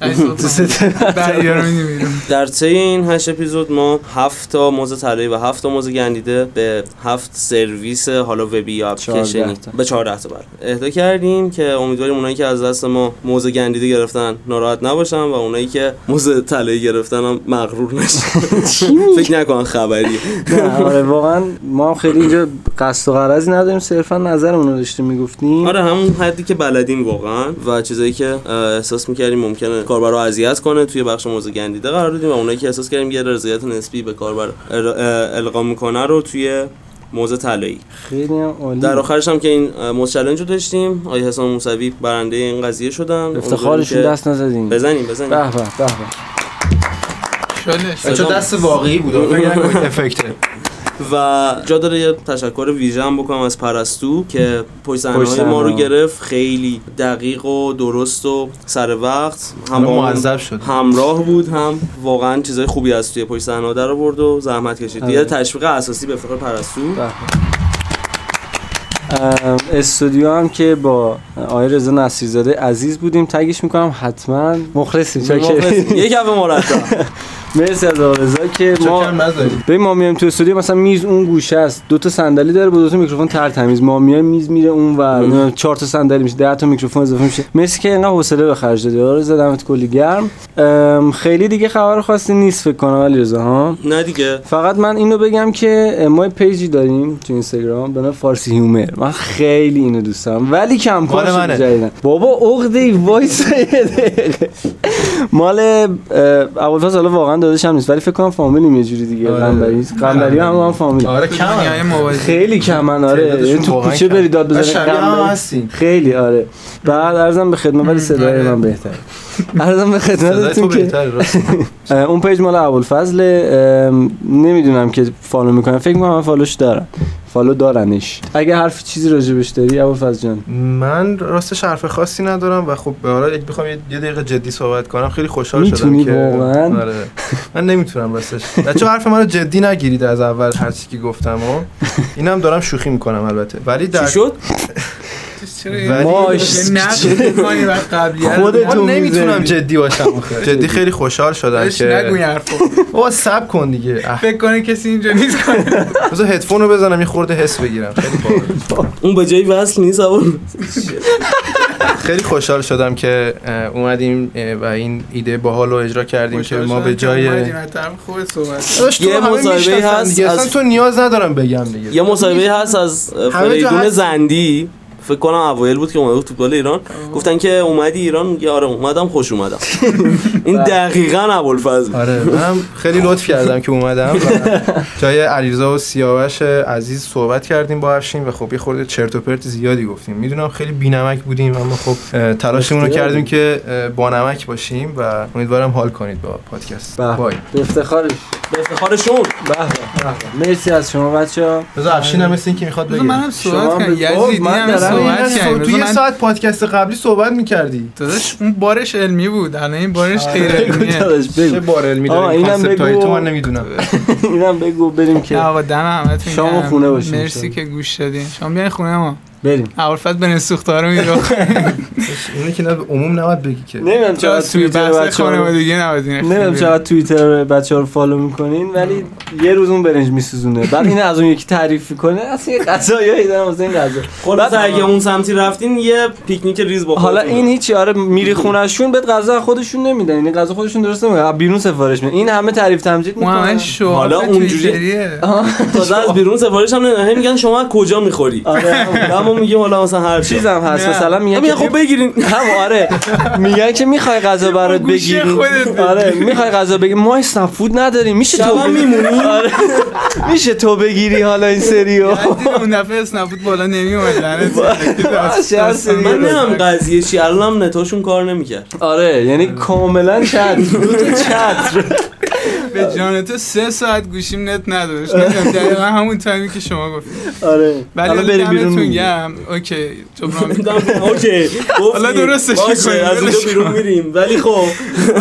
Speaker 2: دریا رو می‌بینی
Speaker 5: *laughs*
Speaker 2: بیرون.
Speaker 4: در طی این هشت اپیزود ما هفت تا موز طلایی و هفت تا موز گندیده به هفت سرویس حالا وبی یا اپلیکیشنی
Speaker 5: 14 تا.
Speaker 4: به 14 تا بر اهدا کردیم که امیدواریم اونایی که از دست ما موز گندیده گرفتن ناراحت نباشن و اونایی که موز طلایی گرفتن هم مغرور نشن فکر نکن خبری
Speaker 5: نه، آره واقعا ما هم خیلی اینجا قصد و غرضی نداریم صرفا نظرمون رو داشتیم میگفتیم
Speaker 4: آره همون حدی که بلدیم واقعا و چیزایی که اه، احساس میکردیم ممکنه کاربر رو اذیت کنه توی بخش موضوع گندیده قرار دادیم و اونایی که احساس کردیم یه رضایت نسبی به کاربر ار- اه، القا میکنه رو توی موضع طلایی
Speaker 5: خیلی هم عالی
Speaker 4: در آخرش هم که این اه، موز چلنج رو داشتیم آقای حسام موسوی برنده این قضیه شدن
Speaker 5: افتخارشون
Speaker 4: امیدواریم
Speaker 5: دست بله. نزدیم
Speaker 4: که
Speaker 5: به
Speaker 4: بزنیم بزنیم
Speaker 5: به به به
Speaker 2: چالش
Speaker 1: چه دست واقعی بود
Speaker 4: *laughs*
Speaker 1: یعنی فکر نکنید افکته
Speaker 4: و جا داره یه تشکر ویژه هم بکنم از پرستو که پشت
Speaker 5: پشت
Speaker 4: صحنه‌های
Speaker 5: صحنه.
Speaker 4: ما رو گرفت خیلی دقیق و درست و سر وقت هم با اون-
Speaker 1: معذب شد
Speaker 4: همراه بود هم واقعا چیزای خوبی از توی پشت صحنه در آورد و زحمت کشید
Speaker 5: آره.
Speaker 4: یه تشویق اساسی به فقر پرستو
Speaker 5: ام، استودیو هم که با آقای رضا نصیرزاده عزیز بودیم تگش میکنم حتما مخلصیم چاکریم
Speaker 4: مخلص- یه کف مرتب
Speaker 5: *laughs* مرسی از آقا رضا که ما
Speaker 1: چکم نذارید
Speaker 5: ببین ما میایم تو استودیو مثلا میز اون گوشه است دو تا صندلی داره با دو تا میکروفون ترتمیز ما میایم میز میره اون
Speaker 4: بله.
Speaker 5: و نمیدونم چهار تا صندلی میشه 10 تا میکروفون اضافه میشه مرسی که اینقدر حوصله به خرج دادی آقا رضا دمت کلی گرم ام، خیلی دیگه خبر خاصی نیست فکر کنم علی ها
Speaker 4: نه دیگه
Speaker 5: فقط من اینو بگم که ما یه پیجی داریم تو اینستاگرام به نام فارسی هیومر من خیلی اینو دوست دارم ولی کم
Speaker 1: مال
Speaker 5: کار
Speaker 1: منه.
Speaker 5: جدیدن بابا عقده وایس یه دقیقه. مال اول حالا واقعا داداشم نیست ولی فکر کنم فامیلیم یه جوری دیگه
Speaker 1: آره.
Speaker 5: قمبری قمبری هم هم فامیل
Speaker 1: آره
Speaker 2: تو دنیای
Speaker 1: کم
Speaker 2: موازی.
Speaker 5: خیلی کمن آره
Speaker 1: تعدادشون
Speaker 5: یعنی تو
Speaker 1: واقعا
Speaker 5: کوچه
Speaker 1: کم. آره،
Speaker 5: بری داد بزنی
Speaker 1: شبیه هم
Speaker 5: قمبری.
Speaker 1: هستیم.
Speaker 5: خیلی آره بعد ارزم به خدمت ولی صدای
Speaker 2: آره.
Speaker 5: من بهتره ارزم به
Speaker 1: صدای تو
Speaker 5: خدمتتون که
Speaker 1: بهتره
Speaker 5: *laughs*
Speaker 1: راست
Speaker 5: اه، اون پیج مال ابوالفضل نمیدونم که فالو میکنم فکر میکنم من فالوش دارم فالو دارنش اگه حرف چیزی راجبش داری ابوالفضل جان
Speaker 1: من راستش حرف خاصی ندارم و خب به حالا یک بخوام یه یه دقیقه جدی صحبت کنم خیلی خوشحال
Speaker 5: می‌تونی
Speaker 1: شدم که
Speaker 5: واقعاً؟
Speaker 1: آره. من نمیتونم راستش بچه حرف منو جدی نگیرید از اول هر چی که گفتم و اینم دارم شوخی میکنم البته ولی در
Speaker 4: چی شد
Speaker 1: ولی-
Speaker 5: ماش.
Speaker 2: کنی بعد
Speaker 1: *laughs*
Speaker 2: قبلیه رو.
Speaker 5: خودت-
Speaker 1: من
Speaker 5: خودتون
Speaker 1: نمیتونم
Speaker 5: می‌ذاری.
Speaker 1: جدی باشم آخه. *laughs* جدی خیلی خوشحال شدم
Speaker 2: داداش، نگو این
Speaker 1: که
Speaker 2: حرفو
Speaker 1: بابا سب کن دیگه اه،
Speaker 2: فکر کنه کسی اینجا نیست کنه
Speaker 1: بذار هدفون رو بزنم یه خورده حس بگیرم خیلی باحال.
Speaker 4: اون به جای وصل نیست اول
Speaker 1: خیلی خوشحال شدم که اه، اومدیم اه، و این ایده باحال رو اجرا کردیم که ما به جای
Speaker 2: اومدیم، از طرف خود صحبت
Speaker 1: داداش، تو
Speaker 4: یه
Speaker 1: همه
Speaker 4: مصاحبه
Speaker 1: می‌شناسن
Speaker 4: هست
Speaker 1: دیگه.
Speaker 4: از-
Speaker 1: اصلا تو نیاز ندارم بگم دیگه
Speaker 4: یه مصاحبه هست از
Speaker 1: همه جا
Speaker 4: فریدون
Speaker 1: هست.
Speaker 4: زندی فکر کنم اوایل بود که اومده بود فوتبال ایران گفتن که اومدی ایران میگه آره اومدم خوش اومدم این دقیقاً ابوالفضل
Speaker 1: آره منم خیلی لطف کردم که اومدم و جای علیرضا و سیاوش عزیز صحبت کردیم با افشین و خب یه خورده چرت و پرت زیادی گفتیم میدونم خیلی بینمک بودیم اما خب اه، تلاشمون رو
Speaker 5: اختیار
Speaker 1: کردیم که اه، با نمک باشیم و امیدوارم حال کنید با پادکست
Speaker 4: بله.
Speaker 5: به
Speaker 1: بای
Speaker 5: به افتخارش
Speaker 4: به افتخارشون
Speaker 5: به به، به. بله. مرسی از شما بچه
Speaker 1: بذار افشین هم مثل اینکه میخواد
Speaker 2: بذار
Speaker 1: بگه
Speaker 2: منم
Speaker 5: شما
Speaker 2: صحبت کنم
Speaker 5: بگو.
Speaker 2: یزیدی
Speaker 5: من
Speaker 2: هم
Speaker 5: دارم
Speaker 1: آره،
Speaker 2: صحبت
Speaker 1: این
Speaker 2: کنیم
Speaker 1: از تو
Speaker 2: بذار
Speaker 1: یه
Speaker 2: من-
Speaker 1: ساعت پادکست قبلی صحبت میکردی
Speaker 2: داداش اون بارش علمی بود الان این بارش
Speaker 5: آره،
Speaker 2: غیر علمیه
Speaker 1: چه
Speaker 5: بگو
Speaker 1: بارل
Speaker 5: آه،
Speaker 1: میداری
Speaker 5: اینم
Speaker 1: کانسپت های
Speaker 5: بگو.
Speaker 1: تو من نمیدونم
Speaker 5: اینم بگو بریم
Speaker 2: نه
Speaker 5: که
Speaker 2: آقا دم همتون
Speaker 5: شام و
Speaker 2: گرم.
Speaker 5: خونه باشیم
Speaker 2: مرسی
Speaker 5: شام.
Speaker 2: که گوش دادین شما بیاین خونه ما
Speaker 5: بریم
Speaker 2: اولفت بن سوختارو میرو
Speaker 1: *laughs* اونی که نه به عموم نباید بگی که
Speaker 5: نمیدونم
Speaker 2: چرا
Speaker 5: چرا
Speaker 2: توی
Speaker 5: توییتر
Speaker 2: بحث
Speaker 5: بچه رو
Speaker 2: خانوادگی نبودین
Speaker 5: نمیدونم چقدر توییتر بچه ها رو فالو میکنین ولی یه روز اون برنج میسوزونه بعد این از اون یکی تعریف میکنه اصلا یه غذایی دارم واسه این غذا
Speaker 4: خلاص اگه اون سمتی رفتین یه پیکنیک ریز با
Speaker 5: حالا
Speaker 4: خودتون
Speaker 5: این هیچی آره میری خونشون بهت غذا خودشون نمیدن یعنی غذا خودشون درست نمیدن از بیرون سفارش میدن این همه تعریف تمجید
Speaker 2: محمد
Speaker 5: میکنن
Speaker 2: شو
Speaker 4: حالا اونجوری- تازه از بیرون سفارش هم نمیدن میگن شما از کجا میخوری
Speaker 5: آره
Speaker 4: اما میگیم حالا مثلا هر چیز
Speaker 5: چیزم هست
Speaker 2: نه.
Speaker 5: مثلا میگن
Speaker 4: میگن
Speaker 5: که
Speaker 4: خب بگیرین
Speaker 5: هم آره میگن که میخوای غذا برات
Speaker 2: گوشی
Speaker 5: بگیریم
Speaker 2: خودت بگیر.
Speaker 5: آره میخوای غذا بگیریم ما اصلا فود نداریم میشه تو
Speaker 4: شبم میمونی؟
Speaker 5: آره میشه تو بگیری حالا این سریو
Speaker 2: اون دفعه اسنفوت بالا نمیومد لعنت
Speaker 5: باشه، هر سری
Speaker 4: من نمیدونم قضیه چی الان هم نتاشون کار نمیکرد
Speaker 5: آره یعنی کاملا چت دو تا چت
Speaker 2: به جان تو سه ساعت گوشیم نت نداشت نمیدونم دقیقا همون تایمی که شما گفت
Speaker 5: آره حالا
Speaker 2: ولی
Speaker 5: بریم بیرون
Speaker 2: دمتون
Speaker 5: می‌گیم.
Speaker 2: گرم اوکی
Speaker 5: *laughs*
Speaker 2: جبران
Speaker 4: نمی‌دونم، اوکی گفتی.
Speaker 2: حالا درستش
Speaker 4: باشه
Speaker 2: می‌کنی،
Speaker 4: از اونجا
Speaker 2: ولش
Speaker 4: بیرون
Speaker 2: کن.
Speaker 4: میریم ولی خب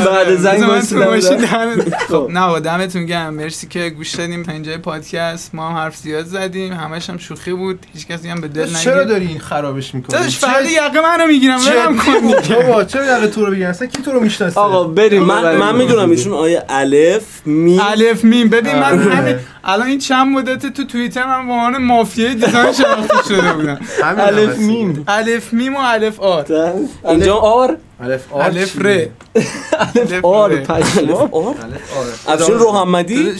Speaker 5: بعد زنگ
Speaker 2: آره، بذار من تو ماشین
Speaker 5: وایسادم بودم.
Speaker 2: دهن-
Speaker 5: خب.
Speaker 2: خب نه آقا، دمتون گرم مرسی که گوش دادیم تا اینجای پادکست ما هم حرف زیاد زدیم همش هم شوخی بود هیچ کسی هم به دل نگیر
Speaker 1: چرا داری این خرابش میکنی
Speaker 2: داداش فردا یقه منو میگیرم ولم کن
Speaker 1: *laughs* بابا چرا یقه تو رو بگن اصلا کی تو رو میشناسه
Speaker 5: آقا بریم
Speaker 4: من
Speaker 5: بریم.
Speaker 4: من میدونم ایشون آیه الف می
Speaker 2: الف میم ببین من
Speaker 1: آره.
Speaker 2: همین الان این چند مدت تو توییتر من به عنوان مافیای دیزاین شناخته شده بودم
Speaker 1: همین هم
Speaker 5: الف
Speaker 4: آره،
Speaker 1: هستی.
Speaker 5: میم
Speaker 2: الف میم و الف آر
Speaker 5: اینجا بله. آر
Speaker 1: الف آر
Speaker 2: الف
Speaker 1: چی؟
Speaker 2: ر الف
Speaker 5: بله. آر
Speaker 2: ر.
Speaker 5: پشما
Speaker 4: افشین روحمدی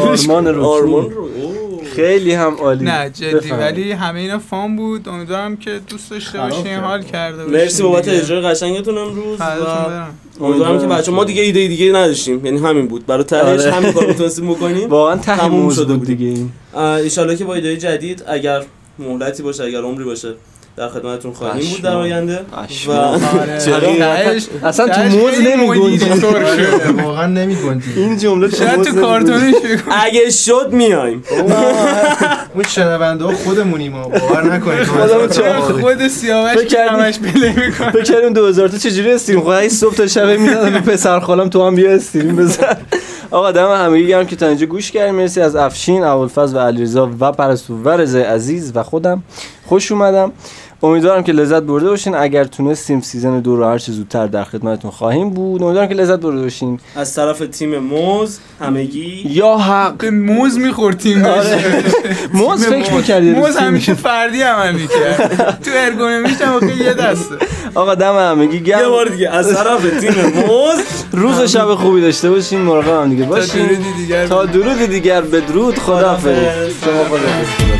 Speaker 5: آرمان رو
Speaker 4: آرمان رو اوه.
Speaker 5: خیلی هم عالی
Speaker 2: نه جدی
Speaker 5: بفهم.
Speaker 2: ولی همه اینا فان بود امیدوارم که دوست داشته
Speaker 1: خراب
Speaker 2: باشین
Speaker 1: کرد.
Speaker 2: حال کرده باشین
Speaker 4: مرسی بابت
Speaker 2: دیگه.
Speaker 4: اجرای قشنگتون امروز
Speaker 2: فرداتون
Speaker 4: و
Speaker 2: برم.
Speaker 4: امیدوارم که بچه ما دیگه ایده دیگه نداشتیم یعنی همین بود برای تهش
Speaker 5: آره.
Speaker 4: همین کار
Speaker 2: *laughs*
Speaker 4: میتونستیم بکنیم
Speaker 5: واقعا ته
Speaker 4: تموم
Speaker 5: موز
Speaker 4: شده
Speaker 5: بود
Speaker 4: بودیم.
Speaker 5: دیگه این
Speaker 4: اه، ایشالا که با ایده جدید اگر مهلتی باشه اگر عمری باشه در خدمتتون خواهیم بود در
Speaker 5: پشمام.
Speaker 4: آینده و
Speaker 5: پشمام.
Speaker 4: *laughs*
Speaker 2: آره.
Speaker 5: چرا؟
Speaker 2: تهش-
Speaker 5: اصلا تو
Speaker 2: تهش
Speaker 5: موز
Speaker 2: خیلی
Speaker 5: نمی‌گنجی.
Speaker 2: مدیری طور شد.
Speaker 1: آره، واقعا نمیگوندی
Speaker 5: *laughs* این جمله تو
Speaker 2: شاید
Speaker 5: موز
Speaker 2: تو
Speaker 5: نمی‌گنجی.
Speaker 2: کارتونش بگو.
Speaker 4: اگه شد میایم
Speaker 1: اون شنونده ها خودمونیم ما باور
Speaker 5: *laughs*
Speaker 1: نکنید
Speaker 5: خودمون چه-
Speaker 2: چرا خود سیاوش
Speaker 5: فکر
Speaker 2: که
Speaker 5: کردی؟
Speaker 2: همش پلی میکنه
Speaker 5: فکر کردیم 2000 تا چجوری استریم خب این صبح تا شب میزدم به پسر خالم تو هم بیا استریم بزن آقا دم همگی گرم که تا اینجا گوش کردیم مرسی از افشین ابوالفضل و علیرضا و پرستو و رضای عزیز و خودم خوش اومدم امیدوارم که لذت برده باشین اگر تونستیم سیزن دو رو هر چه زودتر در خدمتتون خواهیم بود امیدوارم که لذت برده باشین
Speaker 4: از طرف تیم موز همگی
Speaker 5: یا حق
Speaker 2: به موز میخورد تیم
Speaker 5: آره. موز فکر می‌کردی
Speaker 2: موز همیشه فردی عمل میکرد تو ارگونومیش هم آخه یه دسته
Speaker 5: آقا دم همگی گرم
Speaker 4: یه بار دیگه از طرف تیم موز *laughs*
Speaker 5: روز و شب خوبی داشته باشین مراقب هم دیگه
Speaker 2: تا
Speaker 5: باشین
Speaker 2: درودی دیگر
Speaker 5: تا درود دیگر بدرود خداحافظ
Speaker 4: خداحافظ.
Speaker 5: شما خداحافظ